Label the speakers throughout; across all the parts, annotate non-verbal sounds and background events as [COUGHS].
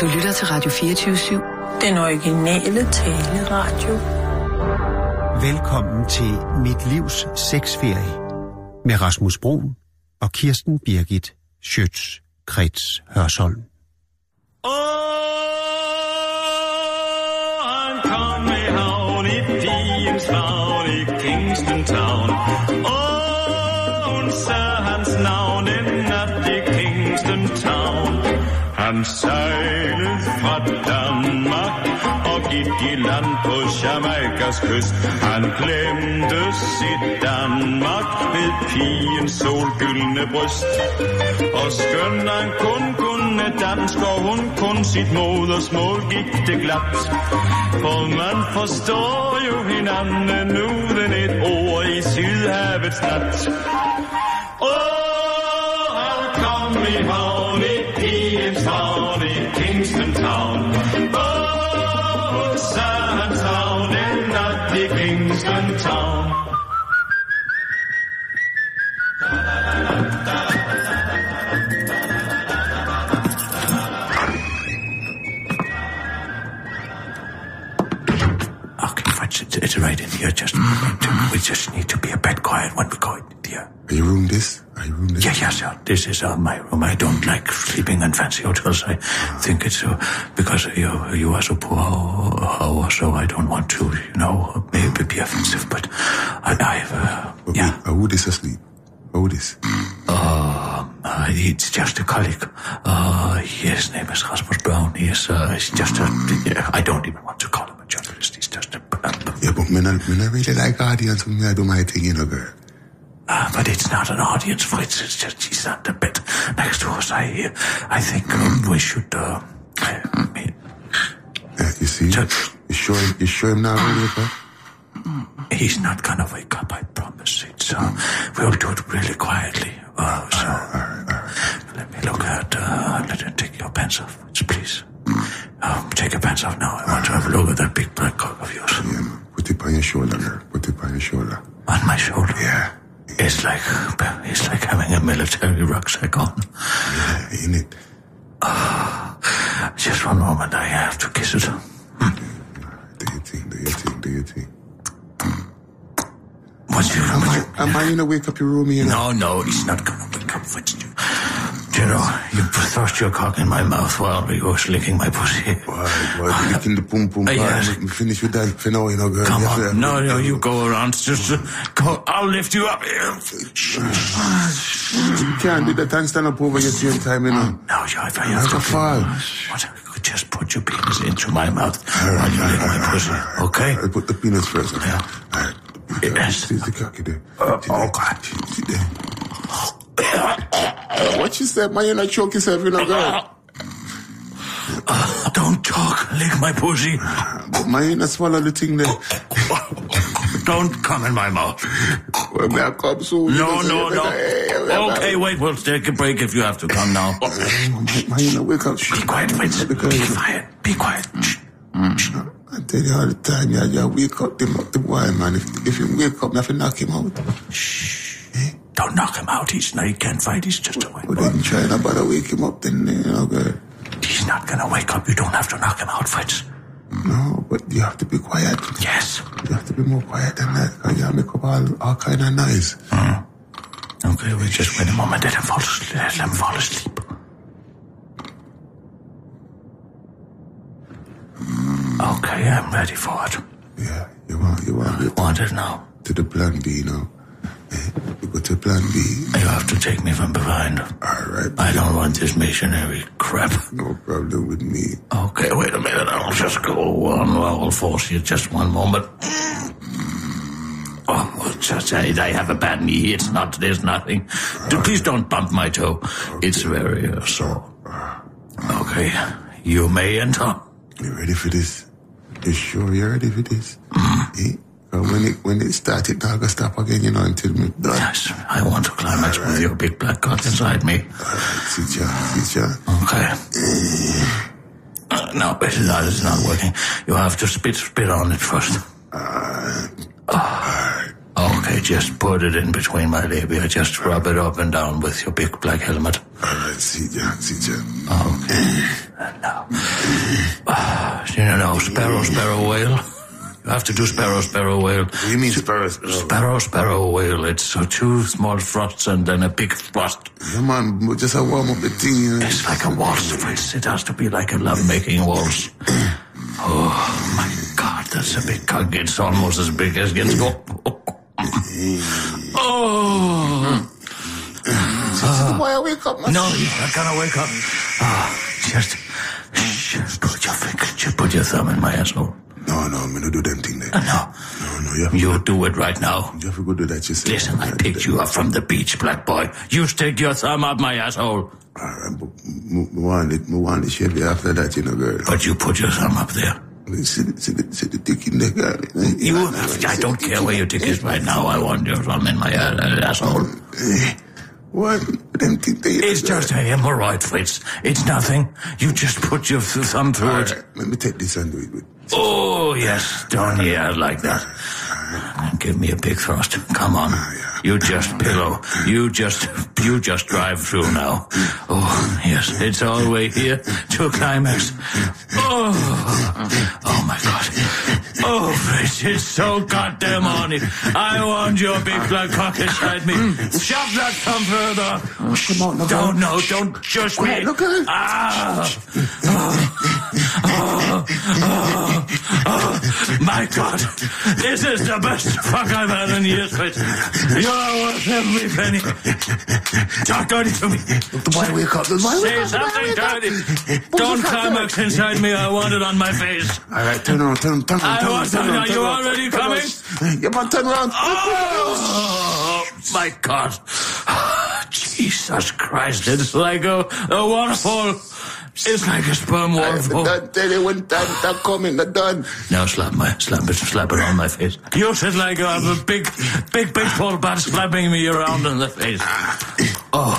Speaker 1: Du lytter til Radio 24
Speaker 2: Den originale taleradio.
Speaker 3: Velkommen til Mit Livs Sexferie med Rasmus Broen og Kirsten Birgit Schøtz Krets Hørsholm.
Speaker 4: Oh, Åh, han kom med havn i pigens favn i Kingston Town. Oh, Åh, hun sagde hans navn en nat i Kingston Town. Han sejlede fra Danmark og gik i land på Jamaikas kyst. Han glemte sit Danmark ved pigens solgyldne bryst. Og skøn han kun kunne dansk, og hun kun sit modersmål gik det glat. For man forstår jo hinanden uden et ord i Sydhavets nat. Åh, han kom i havn i pigens havn i Kingston Town. Oh, Åh, så han savn en nat i Kingston Town.
Speaker 5: Okay, friends, it's, it's right in here. Just we just need to be a bit quiet when we go in here.
Speaker 6: Are you room this? Are you room this?
Speaker 5: Yeah, yeah, sir. This is uh, my room. I don't like sleeping in fancy hotels. I think it's uh, because you you are so poor, uh, so I don't want to, you know, maybe be offensive. But I, I've, uh,
Speaker 6: But
Speaker 5: yeah.
Speaker 6: wait, are who this asleep? Who this?
Speaker 5: Uh, it's just a colleague. Uh, his name is Rasmus Brown. He is, uh, he's just a, I don't even want to call him a journalist. He's just a,
Speaker 6: Yeah, but men, I, men, I really like audience with me. I do my thing, you know, girl.
Speaker 5: uh, but it's not an audience for it. It's just, he's on the bed next to us. I, I think um, we should, uh, I mean,
Speaker 6: Yeah, you see?
Speaker 5: Just-
Speaker 6: You sure, you sure I'm not ready, huh?
Speaker 5: he's not gonna wake up. I promise. It's, uh, we'll do it really quietly. Uh, so, let me look at, uh, let me take your pants off, please. Um, take your pants off now. I want to have a look at that big black cock of yours.
Speaker 6: Yeah, man. Put it on your shoulder, girl. Put it on your shoulder.
Speaker 5: on my shoulder.
Speaker 6: Yeah.
Speaker 5: It's like it's like having a military rucksack on.
Speaker 6: Yeah, ain't it?
Speaker 5: Just one moment, I have to kiss it.
Speaker 6: Do your thing, do your thing, do your thing.
Speaker 5: What do you
Speaker 6: Am I, am I gonna wake up your room, you know?
Speaker 5: No, no, it's not gonna wake up with you. Do you know, you thrust your cock in my mouth while you was licking my pussy.
Speaker 6: Why, why, you licking the pum pum
Speaker 5: Uh,
Speaker 6: part?
Speaker 5: yes.
Speaker 6: Let me finish with that for now, you know, girl.
Speaker 5: Come
Speaker 6: Yeah,
Speaker 5: on,
Speaker 6: yeah.
Speaker 5: no, no, you go around. Just uh, go. I'll lift you up.
Speaker 6: You can't do that and stand up over your same time, you know.
Speaker 5: No, you have, I
Speaker 6: Like
Speaker 5: have
Speaker 6: a
Speaker 5: to
Speaker 6: file.
Speaker 5: What? You could Just put your penis into my mouth while you lick my pussy, okay? [COUGHS]
Speaker 6: I put the penis first. Okay?
Speaker 5: Yeah.
Speaker 6: All right.
Speaker 5: Yes.
Speaker 6: See the cocky there.
Speaker 5: Uh,
Speaker 6: See that?
Speaker 5: oh, God.
Speaker 6: See that? What you said, man? You're not choking yourself, you know, girl.
Speaker 5: Don't talk. Lick my pussy. [COUGHS]
Speaker 6: Man, you not swallow the thing there.
Speaker 5: Don't come in my mouth.
Speaker 6: Well, may I come soon?
Speaker 5: No,
Speaker 6: You know,
Speaker 5: no,
Speaker 6: so you better- [LAUGHS] Hey,
Speaker 5: no. Okay, wait. We'll take a break if you have to come now.
Speaker 6: Man, man, you not wake up.
Speaker 5: Be quiet, Fritz. Be quiet. Be quiet. Shh.
Speaker 6: I tell you all the time, yeah, yeah, wake up the, the boy, man. If, if you wake up, nothing knock him out.
Speaker 5: Don't knock him out. He's no, he can't fight. He's just a
Speaker 6: But
Speaker 5: white
Speaker 6: then try not bother wake him up, then, you know, girl.
Speaker 5: He's not gonna wake up. You don't have to knock him out, Fritz.
Speaker 6: No, but you have to be quiet.
Speaker 5: Yes.
Speaker 6: You have to be more quiet than that, because you make up all, all kind of noise.
Speaker 5: Okay, we just wait a moment. Let him fall asleep. Let him fall asleep. Okay, I'm ready for it.
Speaker 6: Yeah, you want, you want to
Speaker 5: Want it now?
Speaker 6: to the plan B, you know. Eh, you go to plan B.
Speaker 5: You have to take me from behind.
Speaker 6: All right,
Speaker 5: I don't want this missionary crap.
Speaker 6: no problem with me.
Speaker 5: Okay, wait a minute. I'll just go on all fours here just one moment. Oh, well, just, I, I have a bad knee. It's not, there's nothing. D- Please don't bump my toe. It's very uh, sore. Okay, you may enter.
Speaker 6: You ready for this? You sure you're ready for this?
Speaker 7: Mm-hmm.
Speaker 6: Eh? 'Cause when it when it started, it not gonna stop again, you know, until me done.
Speaker 5: Yes, I want to climax with your big black cock inside me.
Speaker 6: See ya, see ya.
Speaker 5: Okay. Uh, no, it's not, it's not working. You have to spit, spit on it first.
Speaker 6: Alright,
Speaker 5: Okay,
Speaker 7: Oh, okay, just put it in between my labia. Just rub it up and down with your big black helmet. Oh,
Speaker 6: All right, sit down, sit down.
Speaker 7: Uh, You know, no, sparrow, sparrow whale. You have to do sparrow, sparrow whale.
Speaker 6: You mean sparrows?
Speaker 7: Sparrow, sparrow whale. It's uh, two small frosts and then a big frost.
Speaker 6: Come on, but just a warm up the thing. You know?
Speaker 7: It's like a waltz. Fritz. It has to be like a lovemaking waltz. [CLEARS THROAT] Oh my God, that's a big cock. It's almost as big as [LAUGHS] Ginsko. Oh
Speaker 6: Why I wake up? Man?
Speaker 7: no, you're not gonna wake up. Ah, just, just put your finger, just put your thumb in my asshole.
Speaker 6: no, no, I'm gonna do them thing there.
Speaker 7: No,
Speaker 6: No, no, you have,
Speaker 7: you do it right now.
Speaker 6: you have to go do that yourself.
Speaker 7: Listen, I picked you up from the beach, black boy. You stick your thumb up my
Speaker 6: All
Speaker 7: asshole,
Speaker 6: right, but m- m- want it, m- want it shabby after that, you know, girl.
Speaker 7: but you put your thumb up there.
Speaker 6: See the, see the, see the dick in the girl.
Speaker 7: You, I don't care where your dick is right now. I want your thumb in my uh, asshole.
Speaker 6: What? Them thing there. you know,
Speaker 7: It's
Speaker 6: girl.
Speaker 7: just a hemorrhoid, Fritz. It's nothing. You just put your th- thumb through
Speaker 6: All
Speaker 7: it.
Speaker 6: right, let me take this and do it with.
Speaker 7: Oh, yes, down here like that. Give me a big thrust. Come on. You just pillow. You just, you just drive through now. Oh, yes, it's all the way here to a climax. Oh, oh my God. Oh, Fritz, it's so goddamn on it. I want your big black cock inside me. Shove that thumb further.
Speaker 6: Come on, look
Speaker 7: Don't, no, don't judge me.
Speaker 6: Quiet, look out.
Speaker 7: Ah. Oh, My God, this is the best fuck I've had in years, Fritz. You're worth every penny. Talk dirty to me.
Speaker 6: Why wake up? Why
Speaker 7: Say
Speaker 6: wake up?
Speaker 7: something dirty. Don't climax inside me. I want it on my face.
Speaker 6: All right, turn around, turn, turn around,
Speaker 7: I
Speaker 6: turn around,
Speaker 7: was-
Speaker 6: turn around.
Speaker 7: are
Speaker 6: turn
Speaker 7: you
Speaker 6: around,
Speaker 7: already
Speaker 6: turn around. Yeah, man, turn around.
Speaker 7: Oh, my God. Ah, Jesus Christ, it's like a, a waterfall. It's like a sperm waterfall.
Speaker 6: Don't tell you when time that coming, not done.
Speaker 7: Now slap my slap it slap it on my face. You sit like you have a big big big ball bat slapping me around in the face. Oh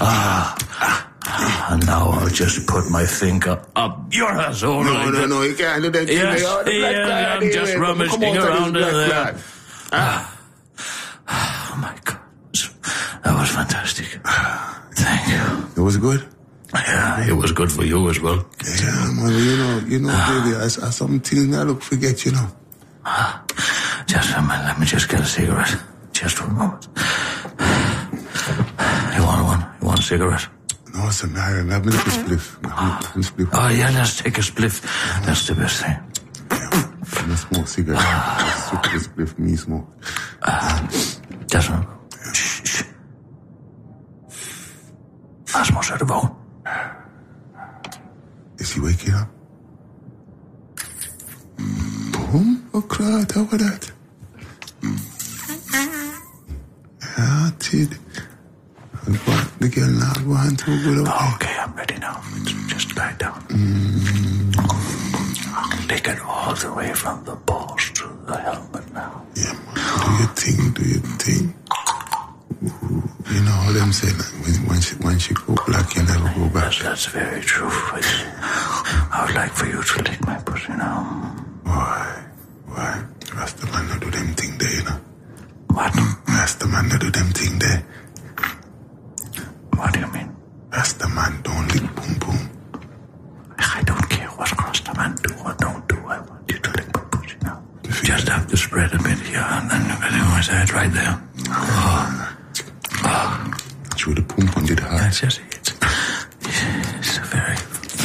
Speaker 7: ah and now I'll just put my finger up your asshole.
Speaker 6: No,
Speaker 7: like
Speaker 6: no,
Speaker 7: that.
Speaker 6: no, you can't do that. to
Speaker 7: Yes,
Speaker 6: me. Oh, the black
Speaker 7: yeah,
Speaker 6: lad,
Speaker 7: I'm just
Speaker 6: eh, come
Speaker 7: rummaging
Speaker 6: out of this
Speaker 7: around in
Speaker 6: black
Speaker 7: there.
Speaker 6: lad.
Speaker 7: Oh my god. That was fantastic. Thank you.
Speaker 6: It was good.
Speaker 7: Yeah, it was good for you as well.
Speaker 6: Yeah, man, you know, you know,
Speaker 7: Ah.
Speaker 6: baby, I, I something I look forget, you know.
Speaker 7: Just a minute, let me just get a cigarette. Just one moment. You want one? You want a cigarette?
Speaker 6: No, it's a marriage. I've been spliff. I've been spliff.
Speaker 7: Oh yeah, let's take a spliff. That's the best thing.
Speaker 6: I'm gonna smoke cigarette. I Super spliff, me smoke.
Speaker 7: Desmond. Shh, shh. Asmus er det vågen.
Speaker 6: Is he waking up? Boom! Oh, crud, how about that? Yeah, tid. And what? The girl now go on to go to
Speaker 7: Okay, I'm ready now. Just lie down. Take it Mm. all the way from the balls to the helmet now.
Speaker 6: Yeah, man. Do your thing, do your thing. Uh, You know all them say that when, when, she, when she go black, you never go back.
Speaker 7: Yes, that's very true. Fritz. I would like for you to lick my pussy now.
Speaker 6: Why? Why? Rasta man no do them thing there, you know.
Speaker 7: What?
Speaker 6: Rasta man no do them thing there.
Speaker 7: What do you mean?
Speaker 6: Rasta man don't lick boom boom.
Speaker 7: I don't care what Crossman man do or don't do. I want you to lick my pussy now. Just have to spread a bit here and then everyone's head right there.
Speaker 6: Show the boom boom did hard.
Speaker 7: That's just it. It's a very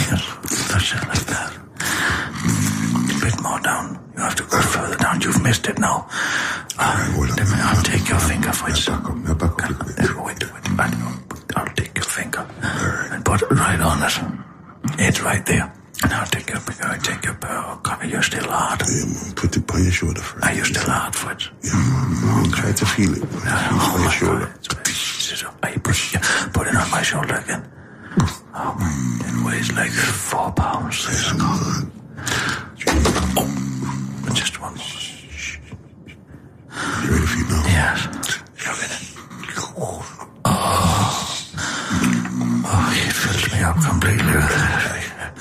Speaker 7: yes, that's it like that. A bit more down. You have to go further down. You've missed it now. Uh,
Speaker 6: hold on.
Speaker 7: let me- I'll take your finger for it.
Speaker 6: Back up, now back up a little bit.
Speaker 7: Wait, wait, wait. I'll- I'll take your finger and put it right on it. It's right there. Now take your finger. I take your pearl. Cover. You're still hard.
Speaker 6: Yeah, man, put it on your shoulder first.
Speaker 7: Are you still hard for it? Ah, oh
Speaker 6: Yeah, man, man, try to feel it. Man. Feel it on your shoulder.
Speaker 7: I push, put it on my shoulder again.
Speaker 6: Mm.
Speaker 7: Um, it weighs like four pounds. It's gone. Oh, just one.
Speaker 6: You ready for it now?
Speaker 7: Yes. Look at it. Oh. oh, it fills me up completely with it.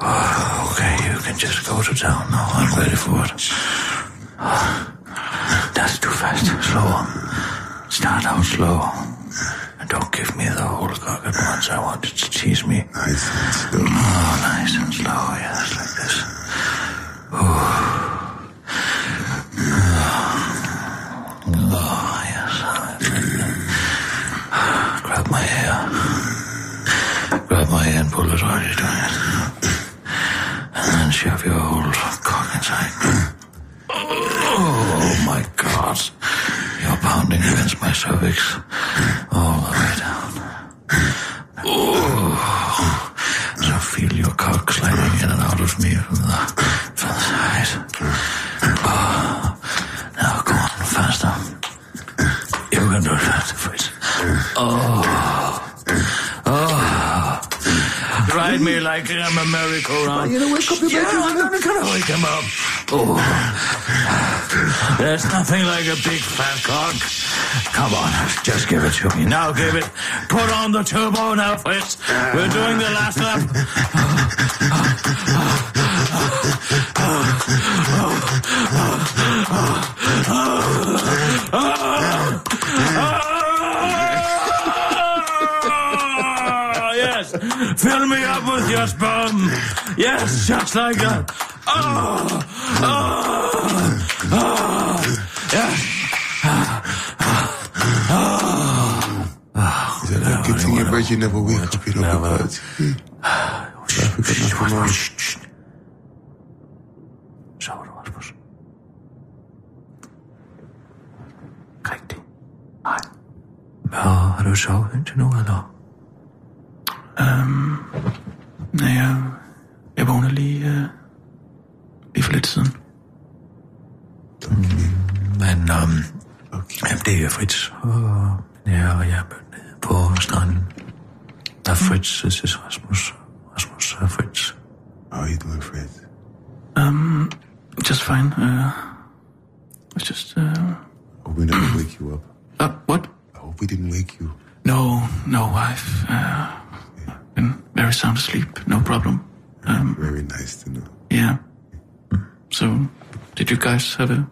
Speaker 7: Oh, okay, you can just go to town now. I'm ready for it.
Speaker 5: [SIGHS] That's too fast. Slower. Start out slow. And don't give me the whole cock at once. I want it to tease me.
Speaker 6: Nice and slow.
Speaker 5: Oh, nice and slow. Yes, like this. Ooh. Oh, yes. [SIGHS] Grab my hair. Grab my hair and pull it while you're doing it. And then shove your whole cock inside. Oh, my God. You're pounding against my cervix all the way down. So feel your cock sliding in and out of me from the, from the side. Oh, now go on faster. You can do it faster, Fritz. Oh. Oh. Ride me like I'm a merry-go-round. You're gonna wake up Yeah, I'm not gonna wake him up. Oh. There's nothing like a big fat cock. Come on, just give it to me. Now give it. Put on the turbo now, Fritz. We're doing the last lap. Ah, [LAUGHS] yes, fill me up with your sperm. Yes, just like that. Oh, oh, oh, yes.
Speaker 6: Is that like good thing your virgin never wake up, you know, because...
Speaker 5: Så var det, Rasmus. Rigtigt. Nej. Hvad har du sovet indtil nu, eller?
Speaker 8: Øhm, Nej, jeg, jeg vågnede lige, øh, lige for lidt siden.
Speaker 5: Mm, Men øhm, jamen, det er Fritz, og ja, og jeg er mødt nede på stranden. Der er Fritz, det er Rasmus. Rasmus og Fritz.
Speaker 6: How are you doing, Fred?
Speaker 8: Just fine. Uh, it's just, uh,
Speaker 6: Hope we never [COUGHS] wake you up.
Speaker 8: uh, what?
Speaker 6: I hope we didn't wake you.
Speaker 8: No, no, I've, uh, been very sound asleep. No problem.
Speaker 6: Very nice to know.
Speaker 8: Yeah. So, did you guys have a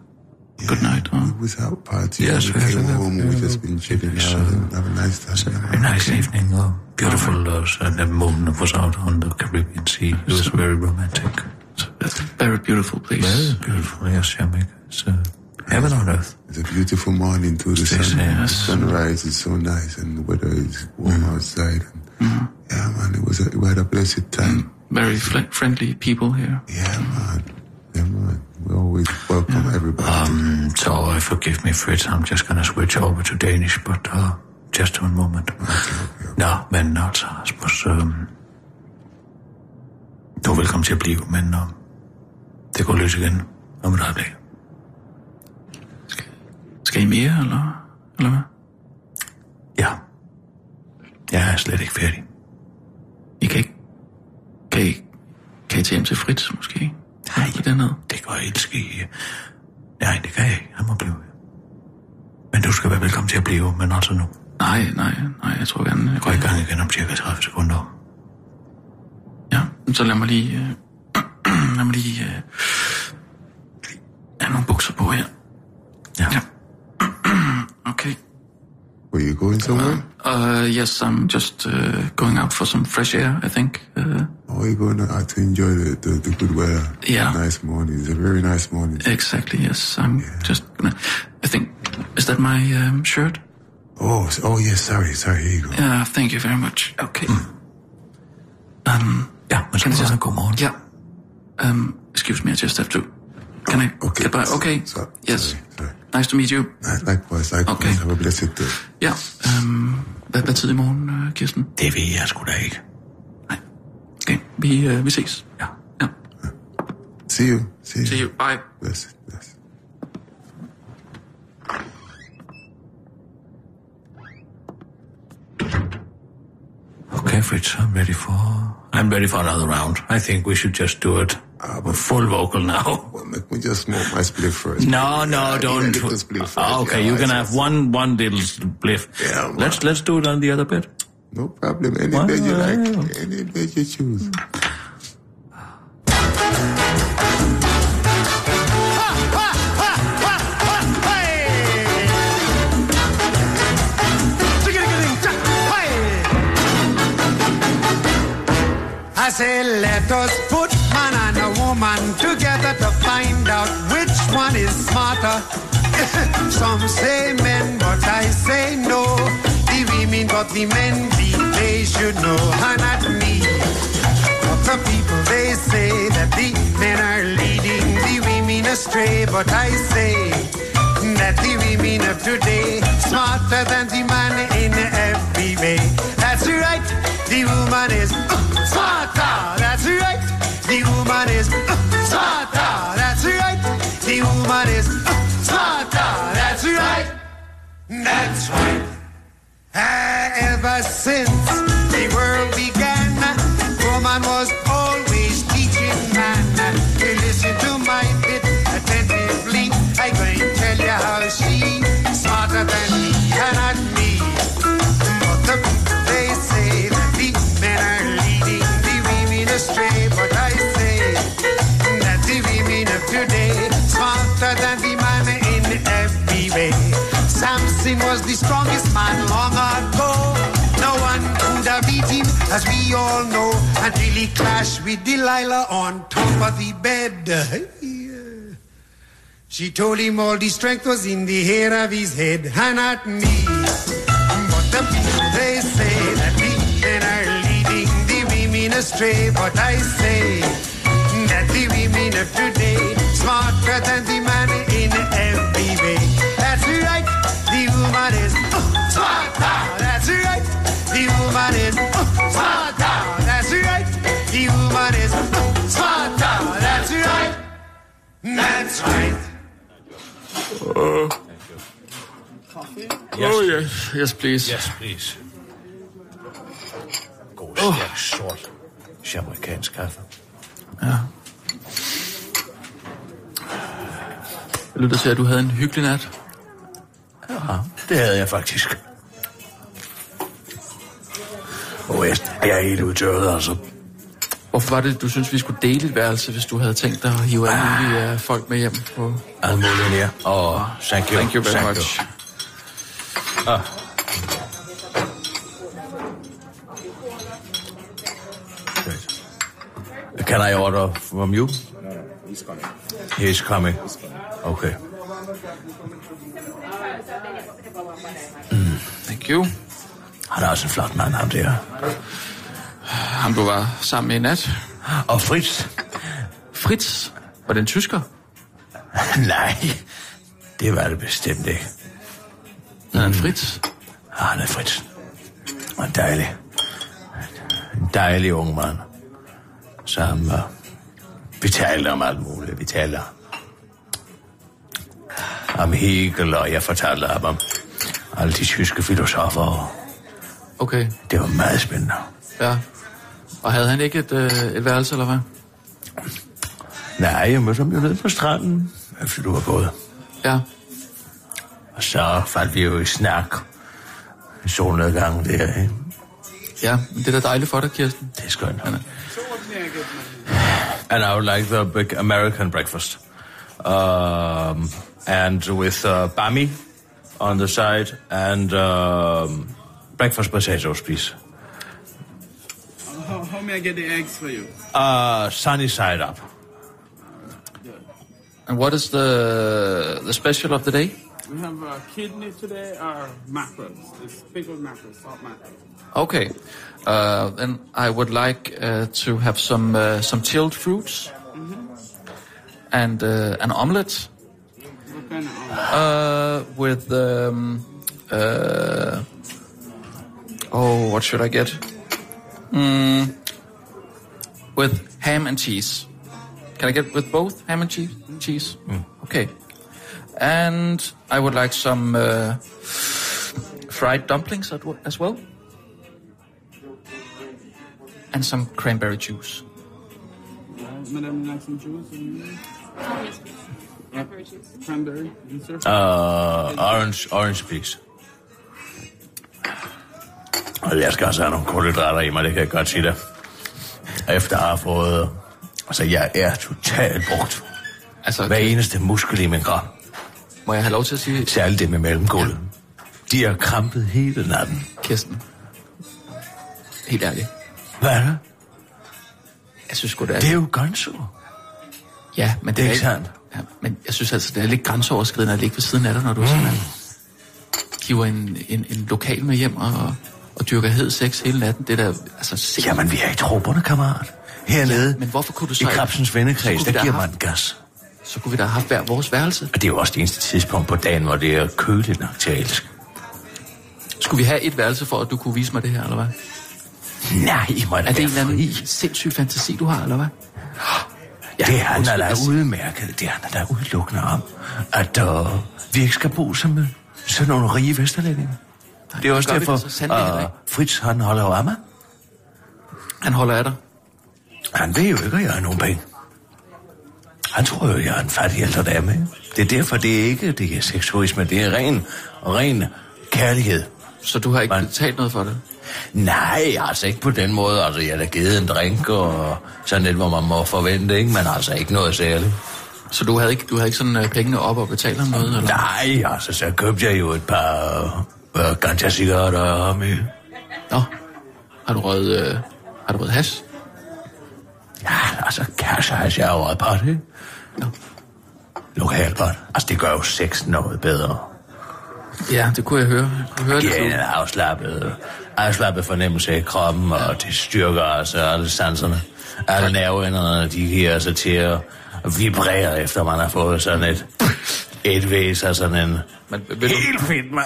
Speaker 8: good night? Or?
Speaker 6: It was out party.
Speaker 5: Yes,
Speaker 6: we
Speaker 5: yes,
Speaker 6: came
Speaker 5: yes,
Speaker 6: home. We
Speaker 5: yes.
Speaker 6: just been chilling
Speaker 5: Yes,
Speaker 6: out
Speaker 5: sir.
Speaker 6: and have a nice time.
Speaker 5: A nice evening, uh, beautiful, uh, and the moon was out on the Caribbean Sea. It was very romantic. So,
Speaker 8: That's a very beautiful place.
Speaker 5: very beautiful, yes, Yamek. It's uh, heaven on earth.
Speaker 6: It's a beautiful morning too. The sun, the
Speaker 5: yes.
Speaker 6: sunrise is so nice, and the weather is warm outside. And Yeah, man, it was a, we had a blessed time.
Speaker 8: Very fl- friendly people here.
Speaker 6: Yeah, man, yeah, man. We always welcome everybody.
Speaker 5: Um, so uh, forgive me, Fritz. I'm just going to switch over to Danish, but uh, just one moment. Nå, men altså, Rasmus, øhm, um, du er velkommen til at blive, men øhm, det går løs igen om et øjeblik.
Speaker 8: Skal I mere, eller, eller hvad?
Speaker 5: Ja, jeg er slet ikke færdig.
Speaker 8: I kan ikke... Kan I, kan I tage hjem til Fritz, måske? er Nej. Eller dernede?
Speaker 5: Det går helt ske. Nej, det kan jeg ikke. Jeg må blive. Men du skal være velkommen til at blive, men altså nu.
Speaker 8: Nej, nej, nej, jeg tror gerne... Jeg
Speaker 5: Gå i gang igen om cirka 30 sekunder.
Speaker 8: Ja, men så lad mig lige... Øh, [CLEARS THROAT] lad mig lige... Øh, have nogle bukser på her.
Speaker 5: Ja.
Speaker 8: Ja. [CLEARS THROAT] Okay.
Speaker 6: Were you going somewhere?
Speaker 8: Uh, yes, I'm just uh, going out for some fresh air, I think. Uh,
Speaker 6: Or are Oh, you going out to enjoy the, the, the good weather?
Speaker 8: Yeah.
Speaker 6: nice morning. It's a very nice morning.
Speaker 8: exactly, yes. I'm just gonna... I think... Is that my um, shirt?
Speaker 6: Oh, s- oh yes. Sorry, sorry. Here you go.
Speaker 8: Yeah, thank you very much. Okay.
Speaker 6: Hmm.
Speaker 5: Ja, men så
Speaker 8: Kan
Speaker 5: må
Speaker 8: jeg
Speaker 5: jeg
Speaker 8: så-
Speaker 5: god morgen.
Speaker 8: Yeah. Um, excuse me, I just have to... Can I...
Speaker 6: Okay.
Speaker 8: Goodbye.
Speaker 6: so-
Speaker 8: Okay.
Speaker 6: so-
Speaker 8: yes.
Speaker 6: Sorry,
Speaker 8: Nice to meet you.
Speaker 6: sorry. Likewise, likewise.
Speaker 8: Okay.
Speaker 6: Have a blessed day.
Speaker 8: Ja. Um, hvad, hvad tid i morgen, uh, Kirsten?
Speaker 5: Det ved jeg sgu da ikke.
Speaker 8: Okay, vi, uh, vi ses. Ja. ja.
Speaker 6: See you. See you.
Speaker 8: See you. Bye.
Speaker 6: Blessed, blessed.
Speaker 5: Okay, Fritz, I'm ready for. I'm ready for another round. I think we should just do it. Uh, full vocal now.
Speaker 6: Ah, Well, let me just smoke my split first.
Speaker 5: [LAUGHS] No, no,
Speaker 6: Yeah,
Speaker 5: don't. Ah,
Speaker 6: you can just play first.
Speaker 5: okay,
Speaker 6: Yeah,
Speaker 5: you can
Speaker 6: I
Speaker 5: have
Speaker 6: just-
Speaker 5: one, one little spliff.
Speaker 6: Yeah, man.
Speaker 5: let's let's do it on the other bit.
Speaker 6: No problem. Any
Speaker 5: Wow.
Speaker 6: day you like, any day you choose.
Speaker 9: Hey!
Speaker 10: I say, let us put man and a woman together to find out which one is smarter. [LAUGHS] Some say men, but I say no. The women, but the men, the they should know, and not me. But the people, they say that the men are leading the women astray, but I say that the women of today smarter than the man in every way. That's right, the woman is uh, smarter. That's right, the woman is uh, smarter. That's right, the woman is uh, smarter. That's right, that's right. Ah, ever since the world began, woman was always teaching man. You listen to my bit attentively. I going to tell you how she smarter than me and not me. But the people they say that the men are leading the women astray. But I say that the women of today smarter than the man in every way. Samson was the strongest man long ago. No one could have beat him, as we all know, until he clashed with Delilah on top of the bed. She told him all the strength was in the hair of his head and not me. But the people they say that the men are leading the women astray. But I say that the women of today smarter than the man in every way. That's right, the woman is uh, smarter. That's right, the woman is uh, smarter. That's right, the woman is uh, smarter. That's right. That's right.
Speaker 8: Yes. Oh, yes. Yes, please.
Speaker 7: Yes, please. God, stærk, sort, jamaikansk kaffe.
Speaker 8: Jeg lytter til, at du havde en hyggelig nat.
Speaker 7: Det havde jeg faktisk. Og jeg, jeg er helt udtørret, altså.
Speaker 8: Hvorfor var det, du synes, vi skulle dele et værelse, hvis du havde tænkt dig at hive alle mulige øh, folk med hjem på...
Speaker 7: Alt muligt her. Og thank you.
Speaker 8: Thank you very much.
Speaker 7: Can I order from you? He's coming. Okay.
Speaker 8: Thank you.
Speaker 7: Han er også en flot mand, ham der.
Speaker 8: Ham, du var sammen med i nat.
Speaker 7: Og Fritz. [LAUGHS]
Speaker 8: Fritz. Var det en tysker?
Speaker 7: Nej, det var det bestemt ikke.
Speaker 8: Mm. en Fritz?
Speaker 7: Ah, Han er Fritz. Og en dejlig. En dejlig ung mand. Som uh, vi talte om alt muligt. Vi taler om Hegel, og jeg fortalte ham om alle de tyske filosofer. og
Speaker 8: Okay,
Speaker 7: Det var meget spændende.
Speaker 8: ja. Og havde han ikke et, øh, et værelse, eller hvad?
Speaker 7: Nej, jeg mødte ham jo nede på stranden, efter du var gået.
Speaker 8: Ja.
Speaker 7: Og så faldt vi jo i snak. I solnedgangen der, ikke?
Speaker 8: Ja, men det er da dejligt for dig, Kirsten.
Speaker 7: Det er skønt. Anna. And I would like the big American breakfast. Um, and with uh, bami on the side and um, breakfast potatoes, please.
Speaker 11: How, how may Oh, I get the eggs for you?
Speaker 7: Uh, sunny side up.
Speaker 8: And what is the, the special of the day?
Speaker 11: We have uh, kidney today or mackerels. It's pickled mackerel, salt mackerel.
Speaker 8: Okay. Uh, then I would like uh, to have some uh, some chilled fruits Mm-hmm. and uh, an omelet
Speaker 11: What kind of omelet?
Speaker 8: uh, with um, uh, oh, what should I get? Mm, with ham and cheese. Can I get with both ham and cheese? Cheese. Okay. And I would like some uh, fried dumplings at w- as well. And some cranberry juice.
Speaker 11: Madam, you like some juice? Yes, Cranberry juice. Uh, Cranberry juice, sir?
Speaker 7: Uh, orange, orange, please. Og jeg skal også have nogle kulhydrater i mig, det kan jeg godt sige dig. Efter at have fået... Altså, jeg er totalt brugt.
Speaker 8: Altså,
Speaker 7: Hver eneste muskel i min krop.
Speaker 8: må jeg have lov til at sige,
Speaker 7: Særligt det med mellemgulvet. De har krampet hele natten.
Speaker 8: Kirsten? Helt ærligt.
Speaker 7: Hvad er det?
Speaker 8: Jeg synes godt det er...
Speaker 7: Det er jo grænseover.
Speaker 8: ja, men
Speaker 7: det er ikke
Speaker 8: al-
Speaker 7: sandt.
Speaker 8: Ja, men jeg synes altså, det er lidt grænseoverskridende at ligge ved siden af dig, når du mm. sådan giver en, en, en lokal med hjem og, og dyrker hed sex hele natten. Det er da altså sikkert.
Speaker 7: Jamen, vi er i troberne, kammerat. Hernede.
Speaker 8: men hvorfor kunne du
Speaker 7: I
Speaker 8: så ikke-
Speaker 7: Krabsens
Speaker 8: Så kunne
Speaker 7: vennekreds, der
Speaker 8: vi da
Speaker 7: giver
Speaker 8: have
Speaker 7: man
Speaker 8: haft-
Speaker 7: gas.
Speaker 8: Så kunne vi da have haft hver vores værelse.
Speaker 7: Og det er jo også det eneste tidspunkt på dagen, hvor det er køligt nok til at elske.
Speaker 8: Skulle vi have et værelse for, at du kunne vise mig det her, eller hvad?
Speaker 7: Nej, må
Speaker 8: Er det en eller
Speaker 7: fri.
Speaker 8: anden sindssyg fantasi, du har, eller hvad?
Speaker 7: Ja, det handler
Speaker 8: undskyld,
Speaker 7: da
Speaker 8: altså.
Speaker 7: udmærket. Det handler da udelukkende om, at øh, vi ikke skal bo som øh, sådan nogle rige vesterlændinge. Det er også
Speaker 8: gør vi
Speaker 7: derfor,
Speaker 8: da så sandelig heller
Speaker 7: at øh,
Speaker 8: ikke.
Speaker 7: Fritz han holder jo af mig.
Speaker 8: Han holder af dig.
Speaker 7: Han ved jo ikke, at jeg har nogen penge. Han tror jo, jeg er en fattig ældre dame. ikke? Det er derfor, det er ikke det er seksualisme. Det er ren, ren kærlighed.
Speaker 8: Så du har ikke
Speaker 7: Man-
Speaker 8: betalt noget for det?
Speaker 7: Nej, altså ikke på den måde. Altså, jeg har da givet en drink og sådan lidt, hvor man må forvente, ikke? Men altså ikke noget særligt.
Speaker 8: Så du havde ikke, du havde ikke sådan øh, pengene op og betalt ham noget? Eller?
Speaker 7: Nej, altså, så købte jeg jo et par øh, ganja-cigaretter om i.
Speaker 8: Nå, har du røget, øh, har du røget hash?
Speaker 7: Ja, altså, cash har jeg jo et par, ikke? Lokalbart. Altså, det gør jo sex noget bedre.
Speaker 8: Ja, det kunne jeg høre. Jeg kunne høre det.
Speaker 7: Giver en
Speaker 8: Yeah.
Speaker 7: afslappet, afslappet fornemmelse i kroppen, og det styrker altså alle sanserne. Alle nerveenderne, de giver sig til at vibrere, efter man har fået sådan et, et væs af sådan en...
Speaker 8: Men vil du,
Speaker 7: Helt fedt, mand!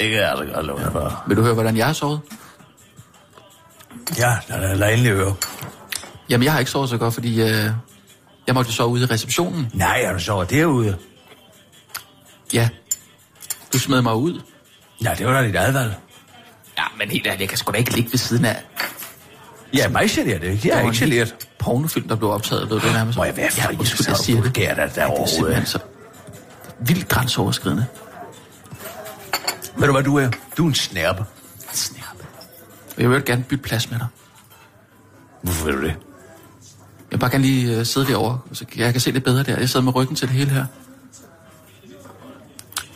Speaker 7: Det kan jeg altså godt love dig for.
Speaker 8: vil du høre, hvordan jeg har sovet?
Speaker 7: Ja, lad, lad endelig høre.
Speaker 8: Jamen, jeg har ikke sovet så godt, fordi øh, jeg måtte jo sove ude i receptionen.
Speaker 7: Nej, er du så derude?
Speaker 8: Ja, du smed mig ud.
Speaker 7: Ja, det var da dit advalg.
Speaker 8: Ja, men helt ærligt, jeg kan sgu da ikke ligge ved siden af.
Speaker 7: Ja, mig generer det ikke. Jeg er ikke generet.
Speaker 8: Pornofilm, der blev optaget, ved du nærmest.
Speaker 7: Må jeg være fri,
Speaker 8: ja, undskyld,
Speaker 7: så
Speaker 8: jeg siger det.
Speaker 7: vulgært er det da
Speaker 8: det er
Speaker 7: overhovedet.
Speaker 8: simpelthen så vildt grænseoverskridende.
Speaker 7: Ved du hvad du er? Du er en snærpe.
Speaker 8: Snærpe. Og Jeg vil gerne bytte plads med dig.
Speaker 7: Hvorfor vil du det?
Speaker 8: Jeg vil bare gerne lige øh, sidde derovre, så kan- jeg kan se det bedre der. Jeg sidder med ryggen til det hele her.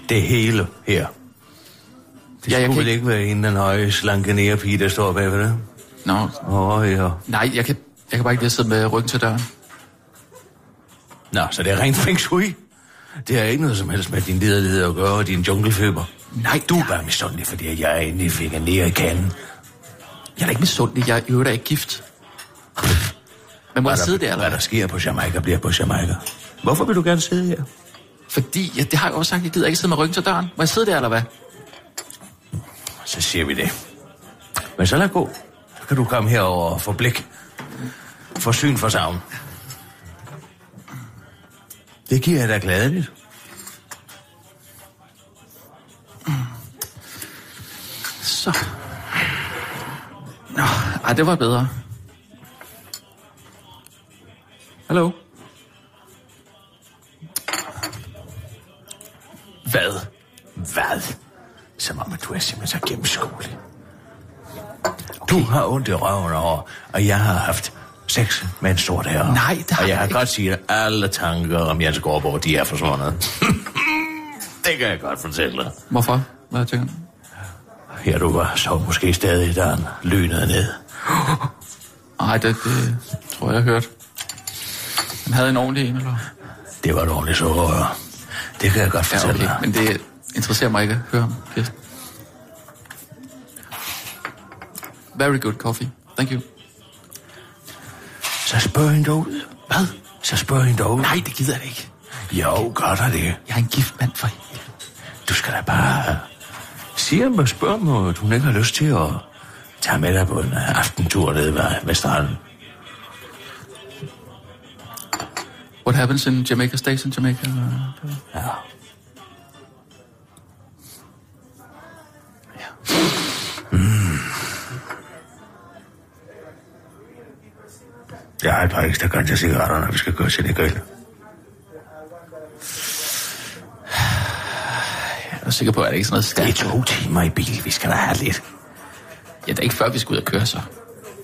Speaker 7: Det hele her. Det
Speaker 8: Ja,
Speaker 7: ja,
Speaker 8: jeg
Speaker 7: skulle
Speaker 8: kan
Speaker 7: vel ikke være en den høje, slanke nærpige, der står bagved det?
Speaker 8: Nå,
Speaker 7: Åh, oh, ja.
Speaker 8: nej, jeg kan, jeg kan bare ikke lige sidde med ryggen til døren.
Speaker 7: Nå, så det er rent feng shui. Det har ikke noget som helst med din lederlighed at gøre og din jungleføber.
Speaker 8: Nej,
Speaker 7: Du er bare misundelig, fordi jeg endelig fik en nære i kanden.
Speaker 8: Jeg er da ikke misundelig, jeg er i øvrigt ikke gift. Men må
Speaker 7: Hvad
Speaker 8: jeg
Speaker 7: der,
Speaker 8: sidde der, eller
Speaker 7: hvad
Speaker 8: hvad?
Speaker 7: der sker på Jamaica, bliver på Jamaica. Hvorfor vil du gerne sidde her?
Speaker 8: Fordi, ja, det har jeg også sagt, jeg gider ikke sidde med ryggen til døren. Må jeg sidde der, eller hvad?
Speaker 7: Så siger vi det. Men så lad gå. Så kan du komme herover og få blik. For syn for savn. Det giver jeg dig gladeligt.
Speaker 8: Så. Nå, ej, det var bedre. Hallo?
Speaker 7: Hvad? Hvad? Som om, at du er simpelthen så gennemskuelig. Okay. Du har ondt i røven over, og jeg har haft sex med en sort herre.
Speaker 8: Nej, det har
Speaker 7: Og jeg
Speaker 8: jeg
Speaker 7: har
Speaker 8: ikke.
Speaker 7: godt sige, at alle tanker om Jens Gårdborg, de er
Speaker 8: [LAUGHS]
Speaker 7: forsvundet. det kan jeg godt fortælle dig.
Speaker 8: Hvorfor? Hvad tænker du?
Speaker 7: Her du var, så måske stadig, da han lynede ned.
Speaker 8: Ej, det, det tror jeg, jeg hørte. Han havde en ordentlig en, eller?
Speaker 7: Det var et ordentligt sukkerrør. Det kan jeg godt
Speaker 8: Ja,
Speaker 7: fortælle
Speaker 8: okay,
Speaker 7: ja, okay. dig.
Speaker 8: men det interesserer mig ikke at høre om, Kirsten. Very good coffee. Thank you.
Speaker 7: Så spørg hende dog ud. Hvad? Så spørg hende dog ud.
Speaker 8: Nej, det gider jeg da ikke.
Speaker 7: Jo, godt er det.
Speaker 8: Jeg er en gift mand for helvede.
Speaker 7: Du skal da bare sige ham og spørge ham, at hun ikke har lyst til at tage med dig på en øh, aftentur ned ved, ved stranden.
Speaker 8: What happens in Jamaica stays in Jamaica? Øh, eller-
Speaker 7: Ja. Mm. Jeg har et par ekstra ganja cigaretter, når vi skal gå til Nigeria.
Speaker 8: Jeg er sikker på, at det ikke er sådan noget
Speaker 7: Det er
Speaker 8: stærkt.
Speaker 7: to timer i bil, vi skal da have lidt.
Speaker 8: Ja, det er ikke før, vi skal ud og køre så.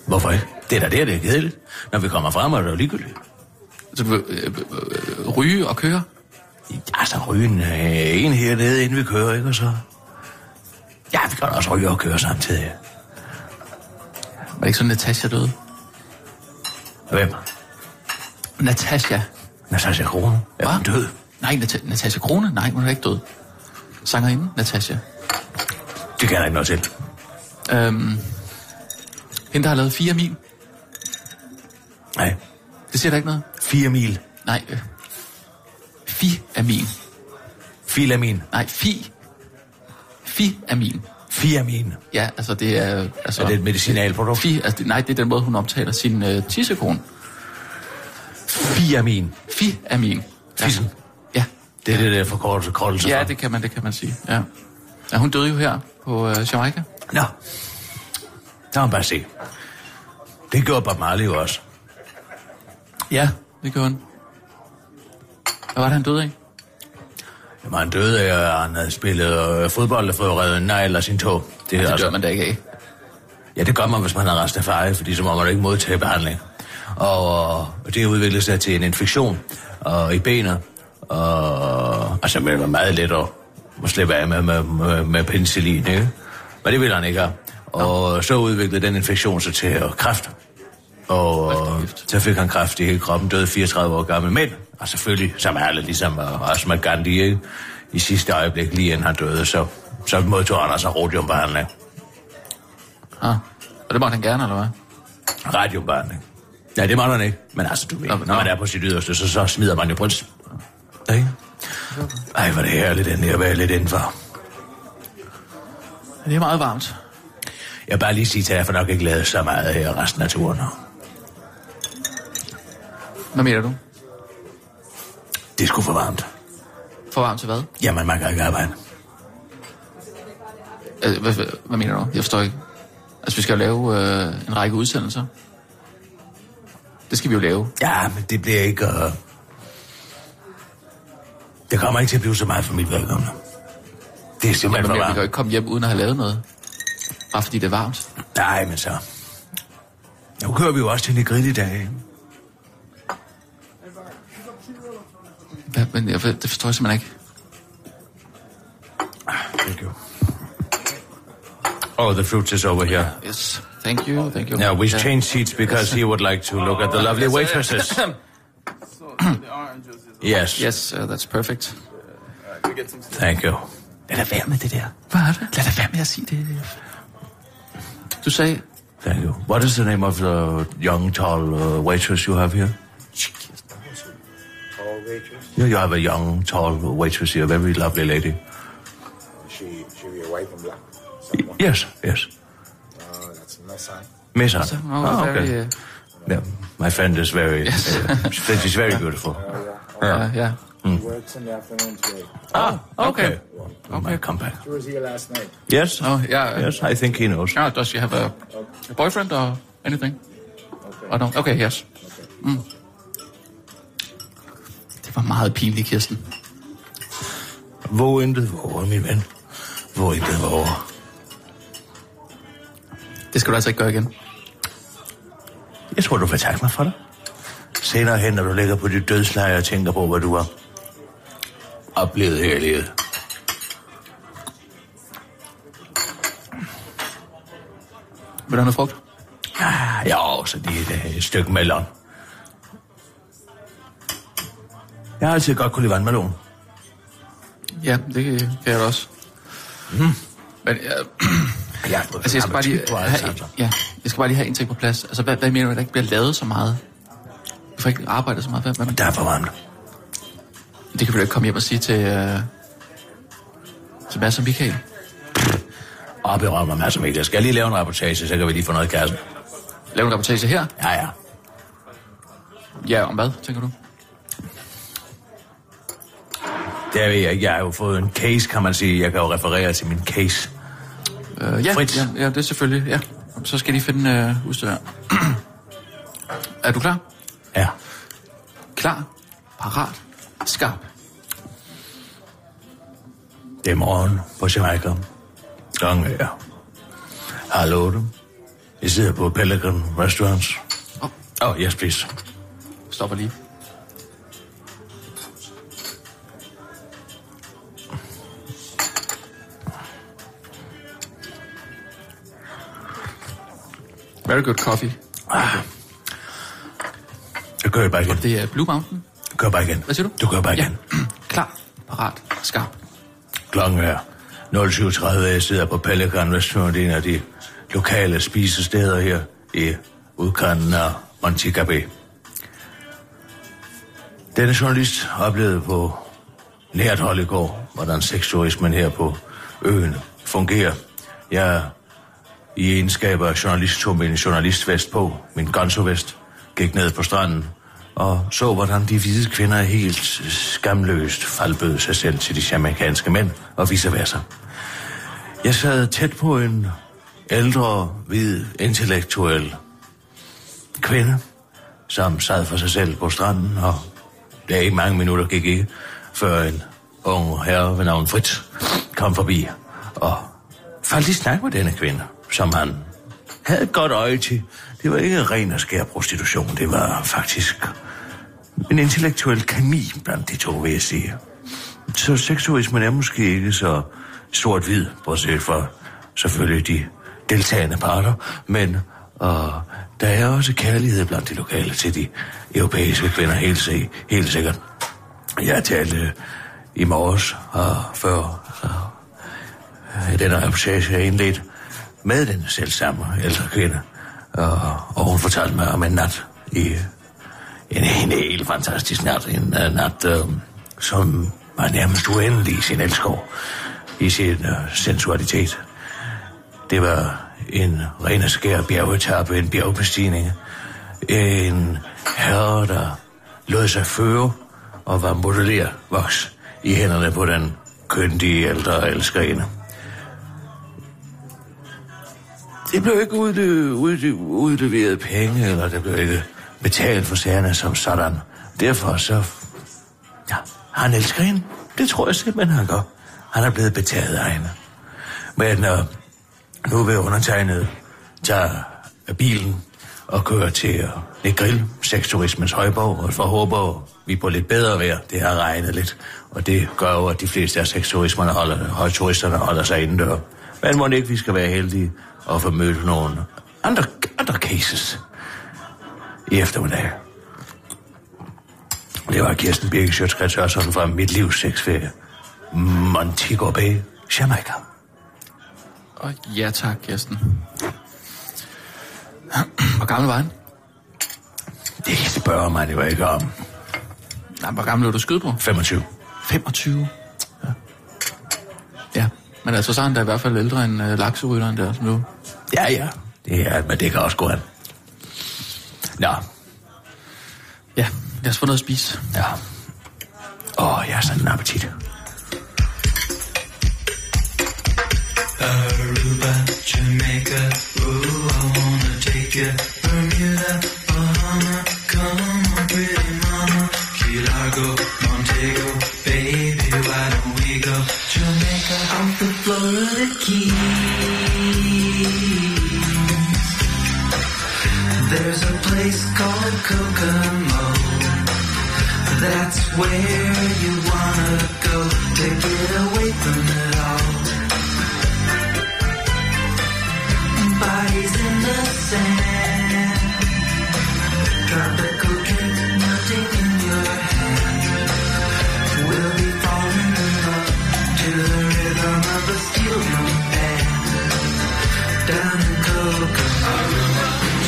Speaker 7: Hvorfor ikke? Det er da der, det er kedeligt. Når vi kommer frem, er det jo ligegyldigt.
Speaker 8: Så du vil øh, øh, ryge og køre?
Speaker 7: Altså, rygen øh, en hernede, inden vi kører, ikke? Og så... Ja, vi kan da også ryge og køre samtidig.
Speaker 8: Var det ikke sådan, Natasha døde?
Speaker 7: Hvem?
Speaker 8: Natasha.
Speaker 7: Natasha Krone. Er hun død?
Speaker 8: Nej, Nat- Natasha Krone. Nej, hun er ikke død. Sangerinde, Natasha.
Speaker 7: Det kan jeg ikke noget til.
Speaker 8: Øhm, hende, der har lavet 4 mil.
Speaker 7: Nej.
Speaker 8: Det siger der ikke noget.
Speaker 7: Fire mil.
Speaker 8: Nej. Øh. Fi er min.
Speaker 7: Filamin.
Speaker 8: Nej, fi. Fi er min.
Speaker 7: Fiamin.
Speaker 8: Ja, altså det er... Altså,
Speaker 7: Er det et medicinalprodukt?
Speaker 8: Fi, altså, det, nej, det er den måde, hun omtaler sin øh, tissekone.
Speaker 7: Fiamin.
Speaker 8: Fi er min. Ja.
Speaker 7: Fissen.
Speaker 8: Ja.
Speaker 7: Det er det der forkortelse kortelse
Speaker 8: ja,
Speaker 7: for.
Speaker 8: det kan man, det kan man sige. Ja. ja hun døde jo her på øh, Jamaica.
Speaker 7: Nå. Der må man bare se. Det gjorde Bob Marley jo også.
Speaker 8: Ja, det gjorde hun. Hvad var det, han døde af?
Speaker 7: Jamen, han døde af, at han havde spillet øh, fodbold og fået reddet en negl af sin tog. Det,
Speaker 8: Altså,
Speaker 7: altså-
Speaker 8: Det dør man da ikke af.
Speaker 7: Ja, det gør man, hvis man har Rastafari, fordi så må man ikke modtage behandling. Og øh, det udviklede sig til en infektion og i benet. Og altså, men det var meget let at, at slippe af med, med, med, med penicillin, ikke? Men det ville han ikke have. Og øh, så udviklede den infektion sig til øh, kræft. Og øh, så fik han kræft i hele kroppen, døde 34 år gammel mænd. Og selvfølgelig, som alle, ligesom øh, også med Gandhi, ikke? I sidste øjeblik, lige inden han døde, så, så modtog han altså rhodiumbehandling.
Speaker 8: Ah. Og det måtte han gerne, eller hvad?
Speaker 7: radiobehandling. Ja, det må man ikke. Men altså, du ved,
Speaker 8: Nå,
Speaker 7: når man
Speaker 8: nå.
Speaker 7: er på sit yderste, så, så smider man jo prins. Ikke? Ej, hvor er det herligt, den her at være lidt indenfor.
Speaker 8: Det er meget varmt.
Speaker 7: Jeg vil bare lige sige til jer, for nok ikke lavet så meget her resten af turen.
Speaker 8: Hvad mener du?
Speaker 7: Det er sgu for varmt.
Speaker 8: For varmt til hvad?
Speaker 7: Jamen, man kan ikke arbejde.
Speaker 8: Altså, hvad, hvad, hvad mener du? Jeg forstår ikke. Altså, vi skal jo lave øh, en række udsendelser. Det skal vi jo lave.
Speaker 7: Ja, men det bliver ikke... Uh... Det kommer ikke til at blive så meget for mit vedkommende. Det er
Speaker 8: Men
Speaker 7: simpelthen
Speaker 8: vi
Speaker 7: for
Speaker 8: kan jo
Speaker 7: varmt.
Speaker 8: ikke komme hjem uden at have lavet noget. Bare fordi det er varmt.
Speaker 7: Nej, men så... Nu kører vi jo også til Negrid i dag, ikke?
Speaker 8: Hvad, men jeg, det forstår jeg simpelthen ikke.
Speaker 7: Thank you. Oh, the fruit is over here.
Speaker 8: Yes. Thank you, Oh, thank you.
Speaker 7: Yeah, we
Speaker 8: Ja.
Speaker 7: changed seats because he would like to look at the lovely waitresses.
Speaker 11: So, so the orange juice is.
Speaker 7: [CLEARS THROAT] Yes.
Speaker 8: Yes, uh, that's perfect.
Speaker 11: Alright, we get some.
Speaker 7: Thank you. Lad da være med det der.
Speaker 8: Hvad er det? Lad da være med at sige det. Du sagde...
Speaker 7: Thank you. What is the name of the young, tall uh, waitress you have here?
Speaker 5: All waitress.
Speaker 7: Yeah, you have a young, tall waitress here, very lovely lady.
Speaker 5: She she be white and black.
Speaker 7: Y-
Speaker 5: Someone.
Speaker 7: Yes, yes.
Speaker 5: Uh, that's not sign.
Speaker 7: Miss Anne. Ah,
Speaker 8: So, oh, very, uh,
Speaker 7: Yeah, my friend is very... uh, she's very
Speaker 8: [LAUGHS]
Speaker 7: beautiful.
Speaker 8: Ja, uh, ja.
Speaker 5: She works in the afternoon today.
Speaker 7: Ah, okay.
Speaker 8: okay.
Speaker 7: I might come back.
Speaker 5: She was here last night.
Speaker 7: Yes?
Speaker 8: Oh, yeah.
Speaker 7: Yes, I think he knows.
Speaker 8: Yeah, does she have a, a boyfriend or anything? Oh, no. Okay, yes. Mm. Det var meget pinligt, Kirsten.
Speaker 7: Våg intet våger, min ven. Våg intet våger.
Speaker 8: Det skal du altså ikke gøre igen.
Speaker 7: Jeg tror, du vil takke mig for det. Senere hen, når du ligger på dit dødsleje og tænker på, hvad du har oplevet her i livet.
Speaker 8: Vil du have noget frugt?
Speaker 7: Ah, jo, så det er et, øh, et stykke melon. Jeg har altid godt kunne lide vandmelon.
Speaker 8: Ja, det kan jeg da også. Mm. Men, øh,
Speaker 7: Ja,
Speaker 8: [CLEARS THROAT] Altså, jeg skal, bare lige, have, ja, jeg skal bare lige have en ting på plads. Altså, hvad, hvad mener du, at der ikke bliver lavet så meget? Du får ikke arbejdet så meget. Hvad, hvad,
Speaker 7: Der er for varmt.
Speaker 8: det kan vi da ikke komme hjem og sige til, øh, til Mads og Michael.
Speaker 7: Og berører mig masser med. Jeg skal lige lave en reportage, så kan vi lige få noget i kassen.
Speaker 8: Lav en reportage her.
Speaker 7: Ja, ja.
Speaker 8: Ja, om hvad, tænker du?
Speaker 7: Det er jeg. ikke. Jeg har jo fået en case, kan man sige. Jeg kan jo referere til min case.
Speaker 8: Øh, ja,
Speaker 7: Frit.
Speaker 8: ja, ja, det er selvfølgelig. Ja. Så skal de finde øh, udstyr. [CLEARS THROAT] er du klar?
Speaker 7: Ja.
Speaker 8: Klar, parat, skarp.
Speaker 7: Det er morgen på Jamaica. Klokken er halv otte. Jeg sidder på Pelican Restaurants.
Speaker 8: Oh,
Speaker 7: Åh, oh, yes, please.
Speaker 8: stopper lige. Very good coffee.
Speaker 7: Ah. Jeg kører bare igen.
Speaker 8: Det er Blue Mountain.
Speaker 7: Du kører bare igen.
Speaker 8: Hvad siger du?
Speaker 7: Du kører bare
Speaker 8: ja.
Speaker 7: igen.
Speaker 8: [CLEARS THROAT] Klar, parat, skarp.
Speaker 7: Klokken er 07.30. Jeg sidder på Pelikan Restaurant, en af de lokale spisesteder her i udkanten af Antica Bay. Denne journalist oplevede på nært hold i går, hvordan sexturismen her på øen fungerer. Jeg i egenskab af journalist tog min journalistvest på, min gonzovest, gik ned på stranden og så, hvordan de hvide kvinder helt skamløst faldbød sig selv til de jamaikanske mænd og vice versa. Jeg sad tæt på en ældre, hvid, intellektuel kvinde, som sad for sig selv på stranden, og der i mange minutter gik ikke, før en ung herre ved navn Fritz kom forbi og faldt i snak med denne kvinde, som han havde et godt øje til. Det var ikke ren og skær prostitution, det var faktisk en intellektuel kemi blandt de to, vil jeg sige. Så seksualismen er måske ikke så sort-hvid, bortset fra selvfølgelig de deltagende parter, men og der er også kærlighed blandt de lokale til de europæiske kvinder, helt, se, helt sikkert. Jeg talte i morges og før øh, den reportage, jeg indledt med den selv samme ældre kvinde, og, og hun fortalte mig om en nat i en, en helt fantastisk nat. En uh, nat, uh, som var nærmest uendelig i sin elskov, i sin uh, sensualitet. Det var en ren og skær bjergetappe, en bjergbestigning. En herre, der lod sig føre og var modelleret voks i hænderne på den køndige ældre elskerinde. Det blev ikke udle- udle- udleveret penge, eller det blev ikke betalt for sagerne som sådan. Derfor så... Ja, har han elsker hende. Det tror jeg simpelthen, han gør. Han er blevet betaget af hende. Men øh, nu vil undertegnet tage bilen og køre til øh, Negril, sexturismens højborg, og forhåber vi på lidt bedre vejr. Det har regnet lidt, og det gør jo, at de fleste af sexturisterne holder, højturisterne holder sig indendør. Men må ikke, vi skal være heldige og få mødt nogle andre, andre cases i eftermiddag. Det var Kirsten Birke Sjøtskrets Hørsholm fra Mit Livs Sexferie. Montego Bay, Jamaica.
Speaker 8: Og ja tak, Kirsten. [CLEARS THROAT] Hvor gammel var han?
Speaker 7: Det spørger man jo ikke om.
Speaker 8: Nej, hvor gammel lå du skyde på?
Speaker 7: 25.
Speaker 8: 25. Ja. ja. Men altså, så er han da i hvert fald ældre end øh, lakserytteren der, som nu.
Speaker 7: Ja, ja. Det er, men det kan også gå an. Nå,
Speaker 8: Ja, lad os få noget at spise.
Speaker 7: ja. Åh, jeg har sådan en appetit.
Speaker 2: There's a place called Kokomo. That's where you wanna go to get away from it all. Bodies in the sand, tropical drink melting in your hand. We'll be falling in love to the rhythm of a steel drum band. Down in Kokomo.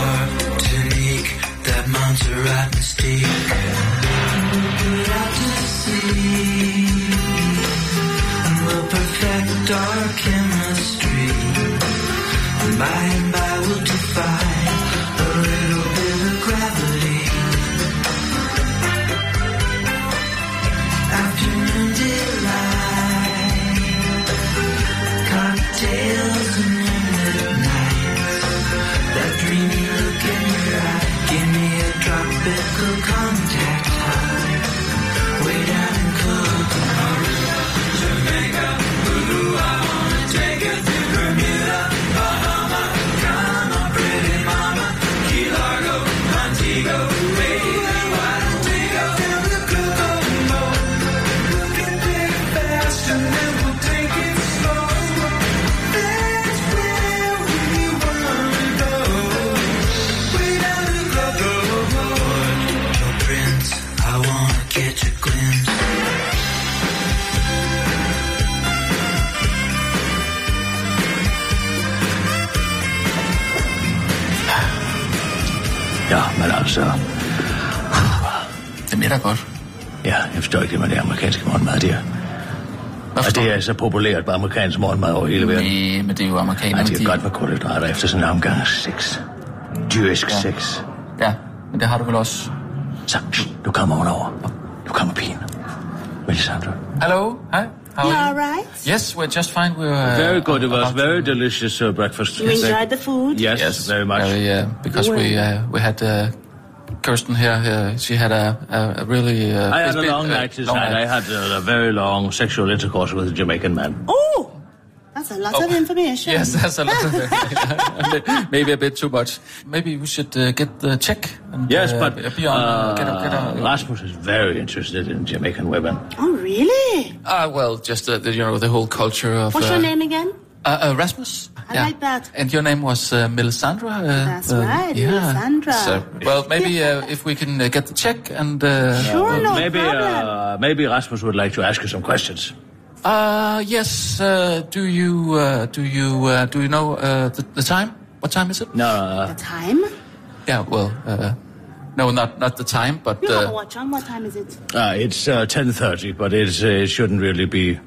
Speaker 2: Tonique, that Montserrat mystique. Put out to sea, and we'll perfect our chemistry. And by and by we'll defy a little bit of gravity. Afternoon delight, cocktails and limited nights. That dreamy look in your eye, give me a tropical contact high. Way down in Cook. Jamaica.
Speaker 7: så...
Speaker 8: Den er da godt.
Speaker 7: Ja, jeg forstår ikke det med det amerikanske morgenmad der. Og det er så populært med amerikansk morgenmad over hele verden.
Speaker 8: Nej, men det er jo amerikanerne.
Speaker 7: Ej, det er
Speaker 8: de-
Speaker 7: godt med kulhydrater efter sådan en omgang af sex. Dyrisk ja. sex.
Speaker 8: Ja, men det har du vel også.
Speaker 7: Så, pst, nu kommer hun over. Nu kommer pigen. Melisandre.
Speaker 8: Hello, hi. How are
Speaker 12: You
Speaker 8: you?
Speaker 12: all right?
Speaker 8: Yes, we're just fine. We're uh,
Speaker 7: Very good. It was very delicious uh, breakfast.
Speaker 12: You enjoyed the food?
Speaker 7: Yes, very much.
Speaker 8: Very, uh, because we uh, we had uh, Kirsten here. Uh, she had a, a, a really. Uh,
Speaker 7: I had a
Speaker 8: it's been,
Speaker 7: long
Speaker 8: uh,
Speaker 7: night last
Speaker 8: long
Speaker 7: night. I had uh, a very long sexual intercourse with a Jamaican man.
Speaker 12: Oh, that's a lot of information.
Speaker 8: Yes, [LAUGHS] that's a lot of information. [LAUGHS] Maybe a bit too much. Maybe we should uh, get the check. And,
Speaker 7: Yes,
Speaker 8: uh,
Speaker 7: but
Speaker 8: be on.
Speaker 7: uh,
Speaker 8: get up, get up.
Speaker 7: Rasmus is very interested in Jamaican women.
Speaker 12: Oh, really?
Speaker 8: Ah, well, just uh, the, you know the whole culture of.
Speaker 12: What's
Speaker 8: uh,
Speaker 12: your name again?
Speaker 8: Uh, uh, Rasmus.
Speaker 12: I like that.
Speaker 8: And your name was uh, Melisandre. Uh,
Speaker 12: That's
Speaker 8: uh,
Speaker 12: right,
Speaker 8: yeah.
Speaker 12: Melisandre.
Speaker 8: So, well,
Speaker 12: [LAUGHS]
Speaker 8: maybe uh, if we can uh, get the check and. Uh,
Speaker 12: Sure, no
Speaker 7: maybe
Speaker 12: problem.
Speaker 7: uh, maybe Rasmus would like to ask you some questions.
Speaker 8: Uh, yes. Uh, do you uh, do you uh, do you know uh, the, the time? What time is it?
Speaker 7: No, uh,
Speaker 12: Time?
Speaker 8: Yeah. Well, uh, no, not not the time, but
Speaker 12: You have a
Speaker 8: uh,
Speaker 12: watch on. What time is it?
Speaker 7: uh, it's uh, ten thirty, but it's, uh, it shouldn't really be.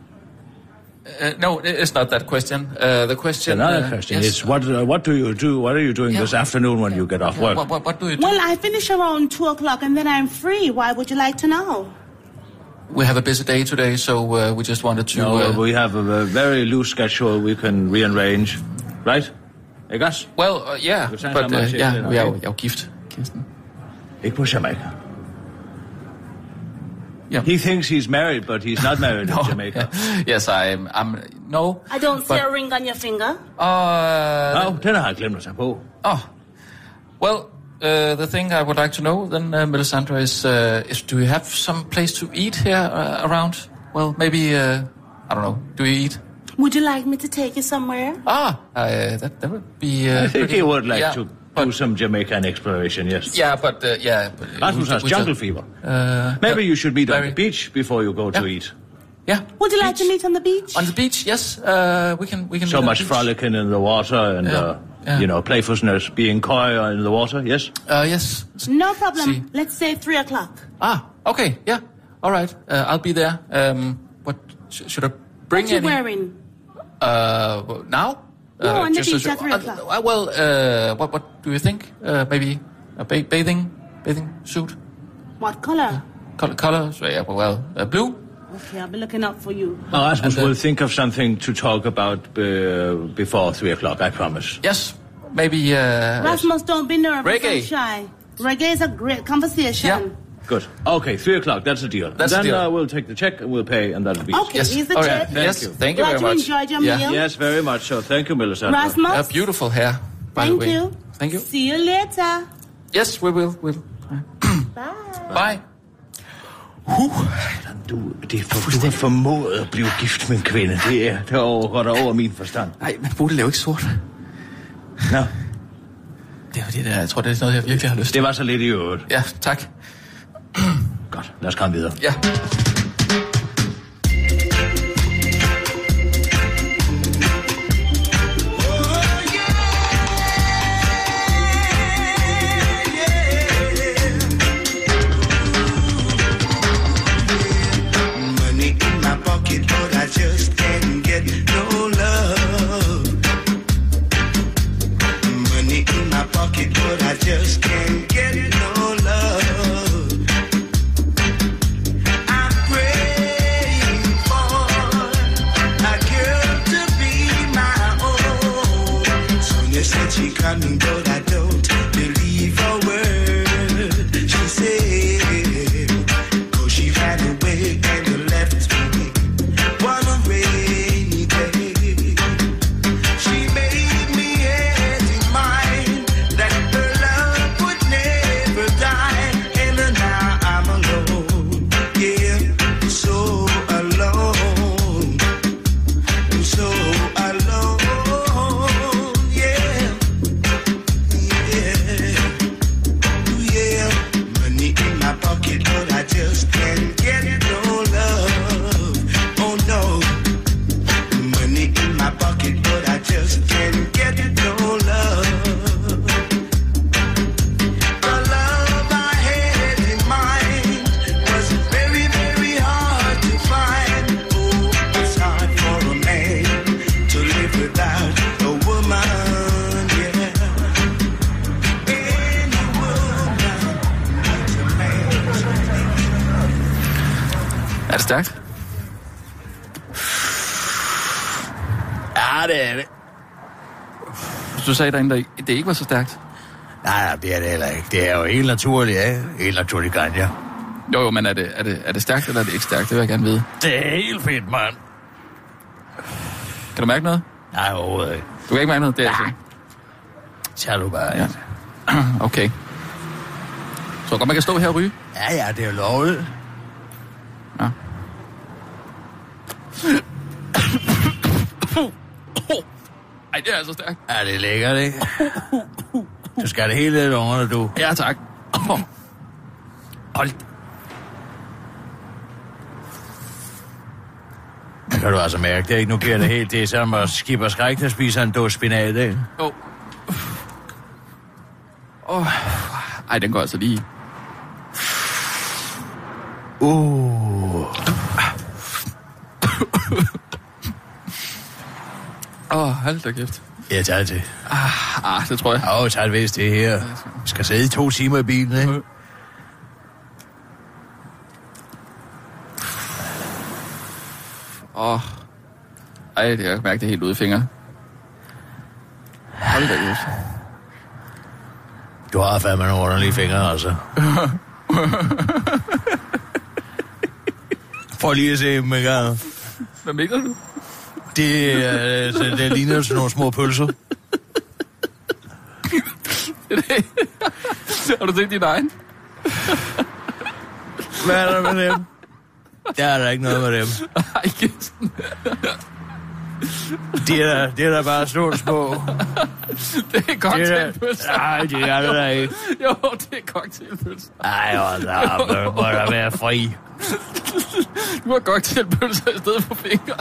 Speaker 8: uh, no, it- it's not that question. Uh, the question.
Speaker 7: Another
Speaker 8: uh,
Speaker 7: question
Speaker 8: yes,
Speaker 7: is what uh, what do you do? What are you doing this afternoon when you get off work?
Speaker 8: What, what, what do you do?
Speaker 12: Well, I finish around 2 o'clock and then I'm free. Why would you like to know?
Speaker 8: We have a busy day today, so uh, we just wanted to.
Speaker 7: No,
Speaker 8: uh,
Speaker 7: uh, we have a, a very loose schedule. We can rearrange, right? I guess.
Speaker 8: well, uh, yeah,
Speaker 7: Du tager
Speaker 8: but
Speaker 7: sammen
Speaker 8: uh,
Speaker 7: med chefen,
Speaker 8: yeah, vi er jo,
Speaker 7: okay?
Speaker 8: jeg er jo gift. Kirsten.
Speaker 7: Ikke på Jamaica.
Speaker 8: Yeah.
Speaker 7: He thinks he's married, but he's not married
Speaker 8: [LAUGHS]
Speaker 7: in Jamaica.
Speaker 8: Yes, I'm. I'm no.
Speaker 12: I don't see
Speaker 8: But-
Speaker 12: a ring on your finger.
Speaker 8: Uh,
Speaker 7: Åh, oh, den har jeg glemt at tage på.
Speaker 8: Oh, well, uh, the thing I would like to know then, uh, Melisandre, is, uh, is do you have some place to eat here uh, around? Well, maybe, uh, I don't know, do you eat?
Speaker 12: Would you like me to take you somewhere?
Speaker 8: Ah, uh, that, that would be... Uh,
Speaker 7: I think
Speaker 8: pretty-
Speaker 7: he would like
Speaker 8: yeah,
Speaker 7: to do some Jamaican exploration, yes.
Speaker 8: Yeah, but, uh, yeah. But
Speaker 7: Rasmus has
Speaker 8: we- we
Speaker 7: jungle
Speaker 8: just-
Speaker 7: fever.
Speaker 8: Uh,
Speaker 7: Maybe you should meet on the beach before you go to eat.
Speaker 8: yeah,
Speaker 12: Would you like to meet on the beach?
Speaker 8: on the beach, yes, uh, we can... We can
Speaker 7: So
Speaker 8: meet on
Speaker 7: much
Speaker 8: the beach.
Speaker 7: frolicking in the water and, uh,
Speaker 8: yeah.
Speaker 7: you know, playfulness, being coy in the water, yes?
Speaker 8: Uh, yes.
Speaker 12: No problem.
Speaker 8: See.
Speaker 12: Let's say 3 o'clock.
Speaker 8: Ah, okay, yeah, all right, uh, I'll be there. Um, what, sh- should I bring
Speaker 12: What you
Speaker 8: any-
Speaker 12: wearing?
Speaker 8: Uh, well, now?
Speaker 12: No,
Speaker 8: uh,
Speaker 12: on the
Speaker 8: just
Speaker 12: beach
Speaker 8: as-
Speaker 12: at three
Speaker 8: uh,
Speaker 12: o'clock.
Speaker 8: uh, well, uh, what, what do you think? Uh, maybe a ba- bathing, bathing suit,
Speaker 12: What color?
Speaker 8: color, colors. Yeah, well, uh, blue.
Speaker 12: Okay, I'll be looking up for you.
Speaker 7: Now, Rasmus
Speaker 8: uh,
Speaker 7: will think of something to talk about uh, before 3 o'clock, I promise.
Speaker 8: Yes, maybe. Uh,
Speaker 12: Rasmus, don't be nervous. I'm
Speaker 8: Reggae.
Speaker 12: shy. Reggae is a great conversation.
Speaker 7: Good. Okay, 3 o'clock, that's a deal.
Speaker 8: That's a
Speaker 7: then
Speaker 8: deal.
Speaker 7: Uh, we'll take the check and we'll pay, and that'll be
Speaker 12: Okay,
Speaker 8: yes.
Speaker 12: here's the
Speaker 8: all
Speaker 12: check.
Speaker 8: right. yes.
Speaker 7: you.
Speaker 8: Thank you
Speaker 12: Glad
Speaker 8: very
Speaker 12: you
Speaker 8: much.
Speaker 12: enjoyed your
Speaker 8: yeah.
Speaker 12: meal.
Speaker 7: Yes, very much so. Thank you, Melisandre.
Speaker 12: Rasmus,
Speaker 8: Uh, beautiful hair. By the
Speaker 12: thank
Speaker 8: way.
Speaker 12: you.
Speaker 8: Thank you.
Speaker 12: See you later.
Speaker 8: Yes, we will. [CLEARS THROAT] We'll.
Speaker 12: Bye.
Speaker 8: Bye.
Speaker 7: Du, det er for, du har formået at blive gift med en kvinde. Det er, det er over, godt over min forstand.
Speaker 8: Nej, man burde lave er ikke sort.
Speaker 7: Nå,
Speaker 8: Det er jo det der. Jeg tror, det er noget, jeg virkelig har lyst til.
Speaker 7: det var så lidt i øvrigt.
Speaker 8: Ja, tak.
Speaker 7: Godt, lad os komme videre.
Speaker 8: Ja.
Speaker 13: Money in my pocket, but I just can't get no love. Money in my pocket, but I just can't get no love. I'm praying for a girl to be my own. Sonia said she coming, but I don't believe a word she said. Cause she ran away and left me one rainy day. She made me end mine that her love would never die. And now I'm alone, yeah, so alone, so alone, yeah. Oh,
Speaker 7: Ja, det er det.
Speaker 8: Du sagde derinde, at det ikke var så stærkt.
Speaker 7: Nej, nej, det er det heller ikke. Det er jo helt naturligt, ja. Helt naturligt ganja.
Speaker 8: Jo, jo, men er det, er, det, er det stærkt, eller er det ikke stærkt? Det vil jeg gerne vide.
Speaker 7: Det er helt fedt, mand.
Speaker 8: Kan du mærke noget?
Speaker 7: Nej, overhovedet ikke.
Speaker 8: Du kan ikke mærke noget, det er altså.
Speaker 7: Tag du bare, ja.
Speaker 8: Okay. Så godt, man kan stå her og ryge?
Speaker 7: Ja, ja, det er jo lovligt.
Speaker 8: Ja. Ej, det er altså stærkt.
Speaker 7: Ja, det er lækkert, ikke? Du skal have det hele lidt ungerne, du.
Speaker 8: Ja, tak.
Speaker 7: Hold. Det kan du altså mærke, det er ikke nu giver det helt. Det er som at skibbe og skræk, der spiser en dåse spinat, ikke?
Speaker 8: Jo. Oh. Oh. Ej, den går altså lige.
Speaker 7: Uh.
Speaker 8: Åh, oh, hold da kæft.
Speaker 7: Ja, tak til.
Speaker 8: Ah, ah, det tror jeg.
Speaker 7: Åh, oh, tak hvis det her. Vi skal sidde i to timer i bilen, ikke?
Speaker 8: Åh. Oh. Ej, det kan jeg mærke det helt ude i fingre. Hold da kæft.
Speaker 7: Du har fandme nogle underlige fingre, altså. For lige at se dem en gang.
Speaker 8: Hvad mener du?
Speaker 7: Det, øh, det, det ligner sådan nogle små pølser.
Speaker 8: Har du set din egen?
Speaker 7: Hvad er der med dem? Der er der ikke noget med dem.
Speaker 8: Ej, Kirsten.
Speaker 7: De er der, de er der bare sådan små.
Speaker 8: Det er cocktailpølser.
Speaker 7: Nej, det er det der ikke.
Speaker 8: Jo, det er cocktailpølser.
Speaker 7: Ej, hvor der må der være fri.
Speaker 8: Du har cocktailpølser i stedet for fingre.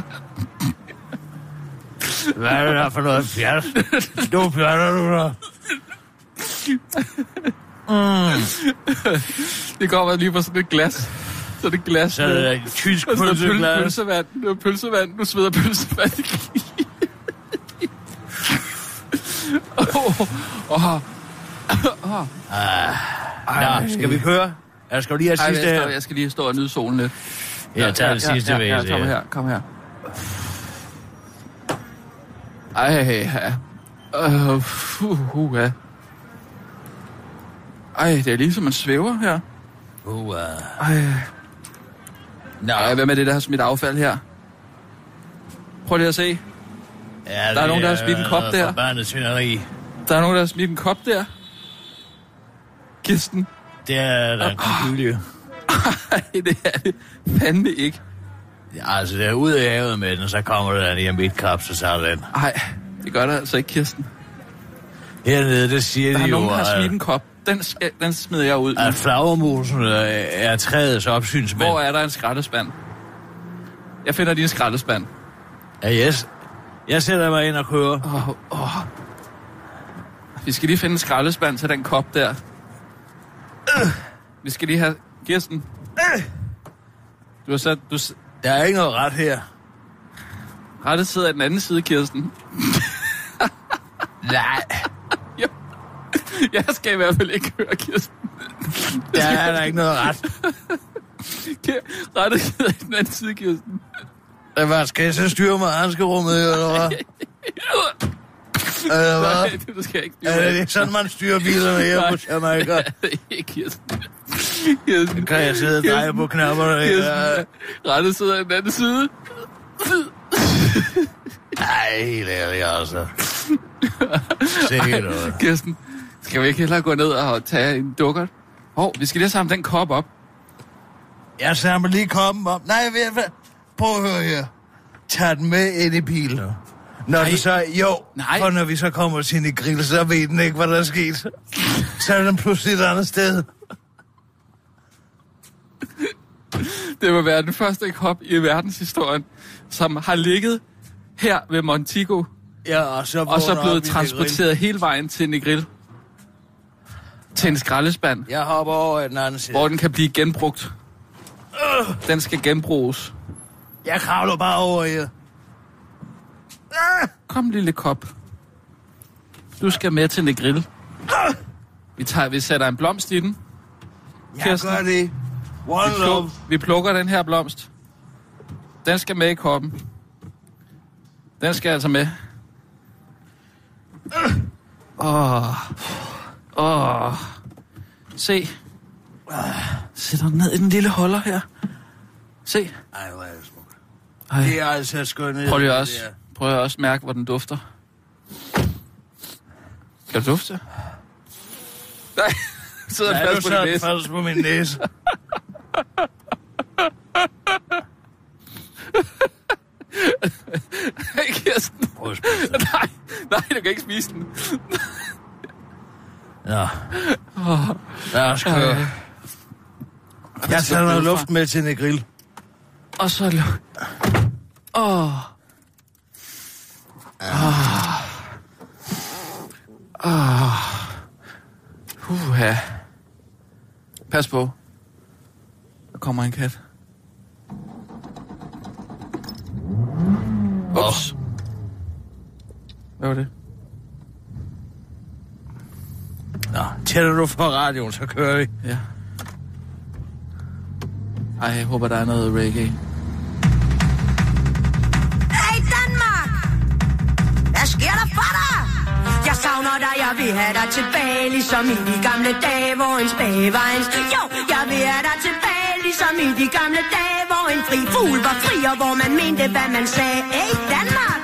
Speaker 7: Hvad er det der for noget fjert? Nu fjerner du dig.
Speaker 8: Mm. Det kommer lige på sådan et glas. Så det glas.
Speaker 7: Så er det et tysk
Speaker 8: Og så er der pøl-
Speaker 7: pølseglas.
Speaker 8: pølsevand. Det var pølsevand. Nu sveder pølsevand. [LAUGHS] Åh, åh, åh.
Speaker 7: Nå, skal vi køre? Jeg skal du lige have
Speaker 8: Ej,
Speaker 7: sidste
Speaker 8: jeg, skal,
Speaker 7: her.
Speaker 8: jeg skal lige stå og nyde solen lidt.
Speaker 7: Jeg tager det
Speaker 8: Ja, ja,
Speaker 7: sidste
Speaker 8: ja,
Speaker 7: væs,
Speaker 8: Ja, kom
Speaker 7: ja.
Speaker 8: her, kom her. Ej, ja. Øh, uh, uh, ja. Ej, det er ligesom, man svæver her.
Speaker 7: Uh,
Speaker 8: Ej. Ej, hvad med det, der har smidt affald her? Prøv lige at se.
Speaker 7: ja,
Speaker 8: der er nogen, der har smidt en kop der.
Speaker 7: Forbandet svineri.
Speaker 8: Der er nogen, der har smidt en kop der. Kirsten.
Speaker 7: Det er der en kompylje.
Speaker 8: Ej, det er det fandme ikke.
Speaker 7: Ja, altså, det er ude i havet med den, så kommer der lige om et kap, så tager den.
Speaker 8: Ej, det gør der altså ikke, Kirsten.
Speaker 7: Hernede, der siger
Speaker 8: Der er
Speaker 7: de jo, øh,
Speaker 8: nogen, der har smidt
Speaker 7: at,
Speaker 8: en kop. Den, skal, den smider jeg ud.
Speaker 7: at flagermusen er, er træets opsynsmænd.
Speaker 8: Hvor er der en skraldespand? Jeg finder din skraldespand.
Speaker 7: Ja, yes. Jeg sætter mig ind og kører.
Speaker 8: Åh, oh, oh. Vi skal lige finde en skraldespand til den kop der.
Speaker 7: Øh.
Speaker 8: Vi skal lige have... Kirsten. Du har sat... Du, s-
Speaker 7: Der er ikke noget ret her.
Speaker 8: rettet sidder af den anden side, Kirsten.
Speaker 7: [LAUGHS] Nej,
Speaker 8: Jeg skal i hvert fald ikke høre, Kirsten.
Speaker 7: der er der ikke noget ret.
Speaker 8: [LAUGHS] Ki- Rettet sidder af den anden side, Kirsten.
Speaker 7: Der var, skal jeg så styre mig handskerummet, eller hvad? Eller
Speaker 8: Nej,
Speaker 7: hvad?
Speaker 8: [LAUGHS] det skal jeg ikke.
Speaker 7: Er det sådan, man styrer bilerne her på Jamaica?
Speaker 8: Det er ikke [LAUGHS] Kirsten. Kirsten.
Speaker 7: Kan jeg sidde og dreje på knapperne?
Speaker 8: Kirsten.
Speaker 7: eller-
Speaker 8: Rettet sidder af den anden side.
Speaker 7: Ej, helt ærligt, altså. Sikkert noget.
Speaker 8: Kirsten, skal vi ikke hellere gå ned og tage en dukkert? Hov, vi skal lige samle den kop op.
Speaker 7: Jeg samler lige koppen op. Nej, ved hvad? Prøv at høre her. Tag den med ind i bilen. Når
Speaker 8: Nej.
Speaker 7: du så, jo,
Speaker 8: Nej.
Speaker 7: for når vi så kommer til en grill, så ved den ikke, hvad der er sket. Så er den pludselig et andet sted.
Speaker 8: Det vil være den første kop i verdenshistorien, som har ligget her ved Montego,
Speaker 7: Ja, og så,
Speaker 8: og så
Speaker 7: vågner op
Speaker 8: blevet
Speaker 7: i
Speaker 8: transporteret hele vejen til Negril. Til en skraldespand,
Speaker 7: Negril. Jeg hopper over i den anden side.
Speaker 8: hvor den kan blive genbrugt. Den skal genbruges.
Speaker 7: Jeg kravler bare over jer.
Speaker 8: Kom, lille kop. Du skal med til Negril. Vi, tager, vi sætter en blomst i den.
Speaker 7: Jeg
Speaker 8: Kirsten.
Speaker 7: gør det. One
Speaker 8: Vi pluk-
Speaker 7: love.
Speaker 8: Vi plukker den her blomst. Den skal med i koppen. Den skal altså med. Åh. Åh. Åh. Se. Sætter den ned i den lille holder her. Se.
Speaker 7: Ej, hvor er det smukt. Det er altså skønnet.
Speaker 8: Prøv lige
Speaker 7: det
Speaker 8: også.
Speaker 7: der.
Speaker 8: Prøv lige også at mærke, hvor den dufter. Kan du dufte? Nej, [LAUGHS] sidder
Speaker 7: Ja,
Speaker 8: den
Speaker 7: du
Speaker 8: fast på
Speaker 7: sad
Speaker 8: din næse.
Speaker 7: fast på min
Speaker 8: [LAUGHS]
Speaker 7: næse.
Speaker 8: Hey, [LAUGHS] Kirsten. Prøv at spise den. [LAUGHS] Nej, nej, du kan ikke spise den.
Speaker 7: Ja.
Speaker 8: Åh.
Speaker 7: Ja, skal jeg. Jeg
Speaker 8: Så
Speaker 7: tager noget
Speaker 8: udefra.
Speaker 7: luft med til en grill.
Speaker 8: Og så... lu- Åh. Åh. Åh. Uha. Pas på. Der kommer en kat. Ups. Hvad var det?
Speaker 7: Nå, tæller du for radioen, så kører vi.
Speaker 8: Ja. Ej, jeg håber, der er noget reggae.
Speaker 14: Hey Danmark! Hvad sker der for dig? Jeg savner dig, jeg vil have dig tilbage, ligesom i de gamle dage, hvor en spage var en... Jo, jeg vil have dig tilbage, ligesom i de gamle dage, hvor en fri fugl var fri, og hvor man mente, hvad man sagde. Hey Danmark!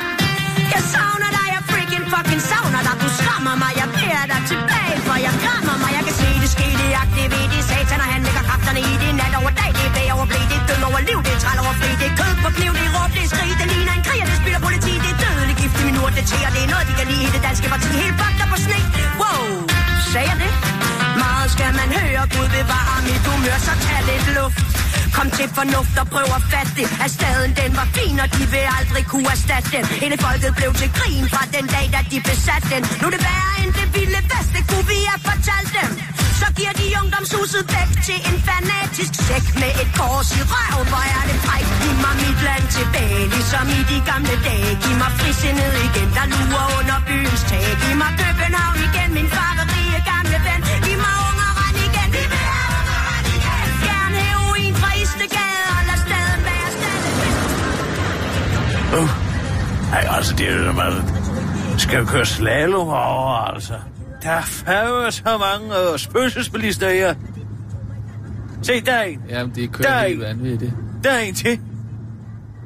Speaker 14: Jeg savner dig, jeg freaking fucking savner dig, du skræmmer mig, jeg vil have dig tilbage, for jeg krammer mig, jeg kan se det ske, det er det ved det satan, og han lægger kræfterne i det nat over dag, det er bag over blæ, det er død over liv, det er træl over fri, det er kød på kniv, det er råb, det er skrig, det ligner en krig, og det spiller politi, det er dødelig gift i min urt, det tæer, det er noget, de kan lide i det danske parti, helt bagt op på sne, wow, sagde jeg det? Meget skal man høre, Gud bevare mit humør, så tag lidt luft. Kom til fornuft og prøv at fatte det At staden den var fin, og de vil aldrig kunne erstatte den Hele folket blev til grin fra den dag, da de besat den Nu er det værre end det vilde vest, det kunne vi have fortalt dem Så giver de ungdomshuset væk til en fanatisk sæk Med et kors i røven, hvor er det frækt Giv mig mit land tilbage, ligesom i de gamle dage Giv mig frisindet igen, der lurer under byens tag Giv mig København igen, min farverige gamle ven Giv mig ungeren igen, vi vil have ungeren igen Fjern heroin fra Istegade og lad staden være stadig
Speaker 15: Uh. Ej, altså, det er jo man skal jo køre slalom over, altså.
Speaker 7: Der er fandme så mange øh, spøgelsesbilister her. Se, der er en.
Speaker 8: Jamen, det
Speaker 7: Der er
Speaker 8: kører
Speaker 7: en.
Speaker 8: helt vanvittigt.
Speaker 7: Der er en til.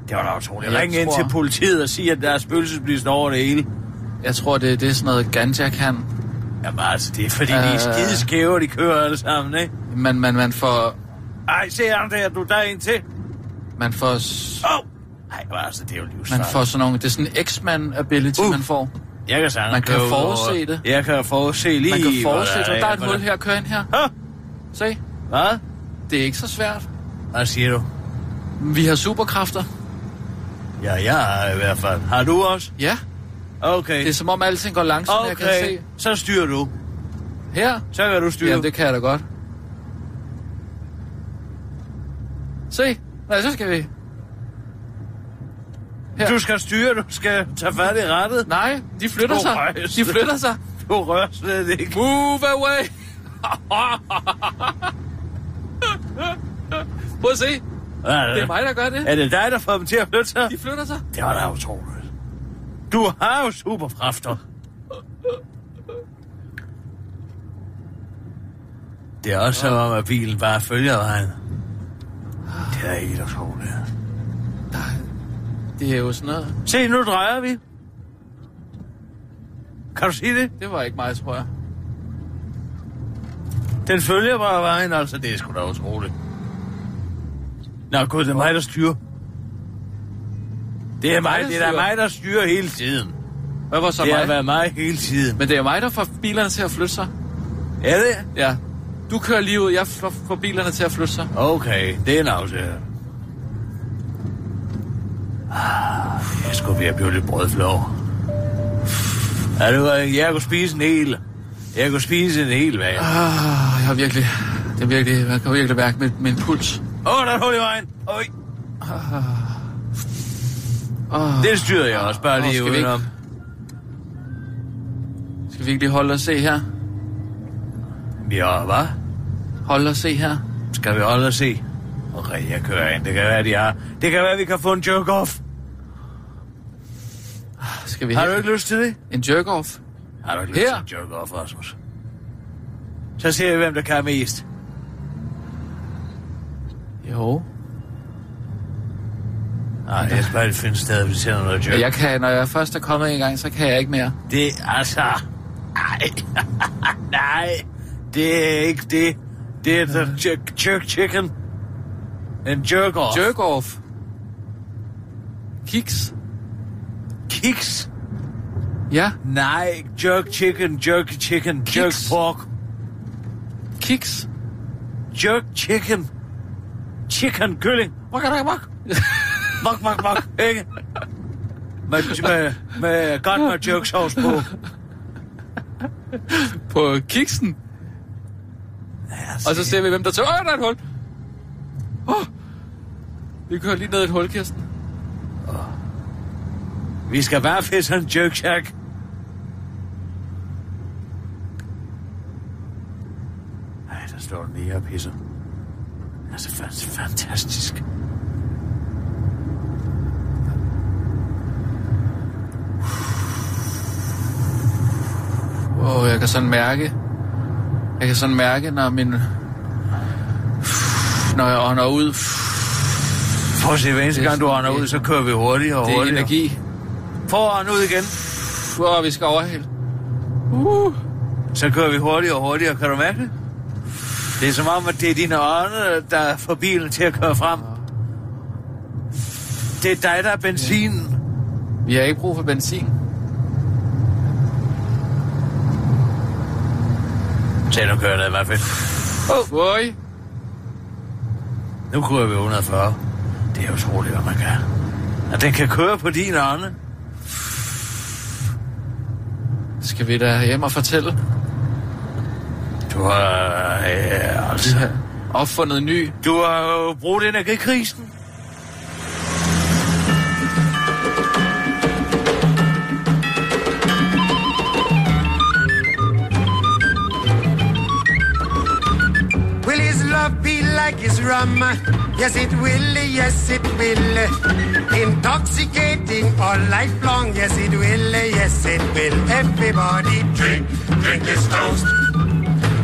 Speaker 7: Det var da utroligt.
Speaker 8: Jeg
Speaker 7: Ring ind
Speaker 8: tror-
Speaker 7: til politiet og sig, at der er spøgelsesbilister over det hele.
Speaker 8: Jeg tror, det, det er sådan noget ganja kan.
Speaker 7: Jamen altså, det er fordi, de er skide skæve, de kører alle sammen, ikke?
Speaker 8: Men man, man får...
Speaker 7: Ej, se ham der, du der er en til.
Speaker 8: Man får... s-
Speaker 7: Åh! Oh. Ej, hvor altså, det er jo livsfarligt.
Speaker 8: Man får sådan nogle... Det er sådan en X-Man ability, uh. man får.
Speaker 7: Jeg kan sagtens
Speaker 8: Man kan
Speaker 7: køre ud over-
Speaker 8: forudse det.
Speaker 7: Jeg kan forudse lige...
Speaker 8: Man kan
Speaker 7: hvor
Speaker 8: forudse, der, der er et
Speaker 7: hvor
Speaker 8: hul her, kør ind her. Se,
Speaker 7: Hvad?
Speaker 8: det er ikke så svært.
Speaker 7: Hvad siger du?
Speaker 8: Vi har superkræfter.
Speaker 7: Ja, jeg har i hvert fald. Har du også?
Speaker 8: Ja,
Speaker 7: Okay.
Speaker 8: det er som om alting går langsomt, jeg kan
Speaker 7: Okay,
Speaker 8: se.
Speaker 7: så styrer du.
Speaker 8: Her?
Speaker 7: Så kan du styre.
Speaker 8: Jamen, det kan jeg da godt. Se, nej, så skal vi. Her.
Speaker 7: Du skal styre, du skal tage fat i rettet.
Speaker 8: Nej, de flytter
Speaker 7: Du
Speaker 8: sig.
Speaker 7: rører
Speaker 8: De
Speaker 7: slet-
Speaker 8: flytter sig.
Speaker 7: Du rører slet ikke.
Speaker 8: Move away! [LAUGHS] Prøv at se.
Speaker 7: Hvad er
Speaker 8: Det er mig, der gør det.
Speaker 7: Er det dig, der får dem til at flytte sig?
Speaker 8: De flytter sig.
Speaker 7: Det var da utroligt. Du har jo superkræfter. Det er også som om, at bilen bare følger vejen. Det er helt utroligt.
Speaker 8: Det er jo sådan noget.
Speaker 7: Se, nu drejer vi. Kan du sige det?
Speaker 8: Det var ikke mig, tror jeg.
Speaker 7: Den følger bare vejen, altså. Det er sgu da utroligt. Nå, gud, det er mig, der styrer. Det er mig,
Speaker 8: der
Speaker 7: det er da
Speaker 8: styrer.
Speaker 7: mig, der styrer hele tiden.
Speaker 8: Hvad var så
Speaker 7: Det har
Speaker 8: mig?
Speaker 7: været mig hele tiden.
Speaker 8: Men det er jo mig, der får bilerne til at flytte sig.
Speaker 7: Er det?
Speaker 8: Ja. Du kører lige ud, jeg får, får bilerne til at flytte sig.
Speaker 7: Okay, det er en aftale. Ah, jeg skulle ved at blive lidt brødflov. Ja, det var, jeg kunne spise en hel. Jeg kunne spise en hel vand. Åh,
Speaker 8: Ah, jeg har virkelig... Det er virkelig... Jeg kan virkelig mærke min, min puls.
Speaker 7: oh, der er et hul i vejen. Oj.
Speaker 8: Oh,
Speaker 7: Det styrer jeg også bare
Speaker 8: Åh,
Speaker 7: lige
Speaker 8: skal vi ikke-
Speaker 7: udenom.
Speaker 8: skal vi ikke lige holde og se her?
Speaker 7: Ja, hvad?
Speaker 8: Holde og se her?
Speaker 7: Skal vi holde og se? Okay, jeg kører ind. Det kan være, de har. Det kan være, vi kan få en joke off.
Speaker 8: Skal vi
Speaker 7: Har
Speaker 8: have
Speaker 7: du ikke lyst til det?
Speaker 8: En jerk-off?
Speaker 7: Har du ikke lyst til en jerk-off, Rasmus? Så ser vi, hvem der kan mest.
Speaker 8: Jo.
Speaker 7: Nej, jeg skal bare lige finde et sted, vi sender noget jerk.
Speaker 8: Jeg kan, når jeg først er kommet en gang, så kan jeg ikke mere.
Speaker 7: Det er altså... Nej. Nej. Det er ikke det. Det er the jerk, jerk chicken. En jerk-off.
Speaker 8: Jerk-off? Kiks?
Speaker 7: Kiks?
Speaker 8: Ja.
Speaker 7: Nej, jerk chicken, jerk chicken, Kiks. jerk pork.
Speaker 8: Kiks?
Speaker 7: Jerk chicken. Chicken kylling. Mok, mok, mok. Mok, mok, mok. Ikke? Med, med, med godt med jerk sauce på.
Speaker 8: På kiksen? Og så ser vi, hvem der tager... Åh, der er et hul! Åh! Vi kører lige ned i et hul, Kirsten.
Speaker 7: Vi skal bare finde sådan en jerk shack. Ej, der står den lige og pisser. Altså, fant- fantastisk.
Speaker 8: Åh, jeg kan sådan mærke... Jeg kan sådan mærke, når min... Når jeg ånder ud...
Speaker 7: Prøv at se, hver eneste
Speaker 8: Det er
Speaker 7: gang du
Speaker 8: sådan,
Speaker 7: ånder ud,
Speaker 8: det-
Speaker 7: så kører vi hurtigere og
Speaker 8: Det er
Speaker 7: hurtigere.
Speaker 8: energi.
Speaker 7: Prøv at ånde ud igen.
Speaker 8: Åh, vi skal overhælde.
Speaker 7: Uh. Så kører vi hurtigere og hurtigere. Kan du mærke det? Det er som om, at det er dine ånder, der får bilen til at køre frem. Det er dig, der er benzinen.
Speaker 8: Vi har ikke brug for benzin.
Speaker 7: Se, nu kører det i hvert fald.
Speaker 8: Åh, oh.
Speaker 7: Nu kører vi 140. Det er utroligt, hvad man kan. Og den kan køre på din ånde.
Speaker 8: Skal vi da hjem og fortælle?
Speaker 7: Du har... Øh, altså...
Speaker 8: Opfundet en ny.
Speaker 7: Du har jo brugt energikrisen.
Speaker 16: Will his love be like his rum? Yes, it will, yes, it will. Intoxicating all life long, yes, it will, yes, it will. Everybody drink, drink this toast.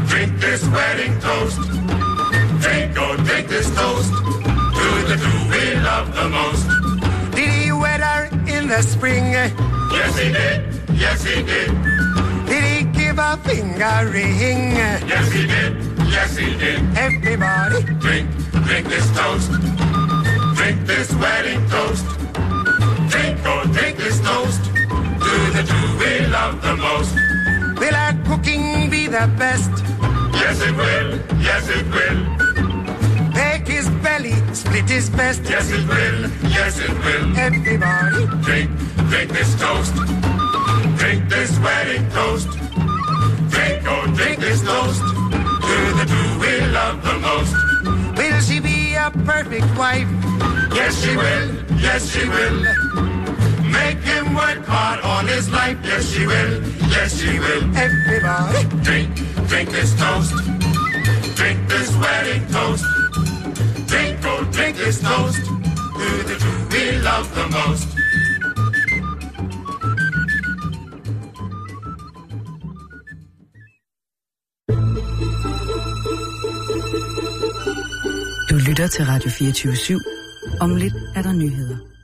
Speaker 16: Drink this wedding toast. Drink, oh, drink this toast. To the two we love the most. Did he wed her in the spring? Yes, he did, yes, he did. Did he give a finger ring? Yes, he did. Yes, he did. Everybody. Drink, drink this toast. Drink this wedding toast. Drink, oh, drink this toast. To the two we love the most. Will our cooking be the best? Yes, it will. Yes, it will. Pack his belly, split his best. Yes, it will. Yes, it will. Everybody. Drink, drink this toast. Drink this wedding toast. Drink, oh, drink this toast. To the two we love the most. Will she be a perfect wife? Yes, she will. Yes, she will. Make him work hard on his life. Yes, she will. Yes, she will. Everybody. Drink, drink this toast. Drink this wedding toast. Drink, oh, drink this toast. To the two we love the most.
Speaker 2: Du lytter til Radio 24 /7. Om lidt er der nyheder.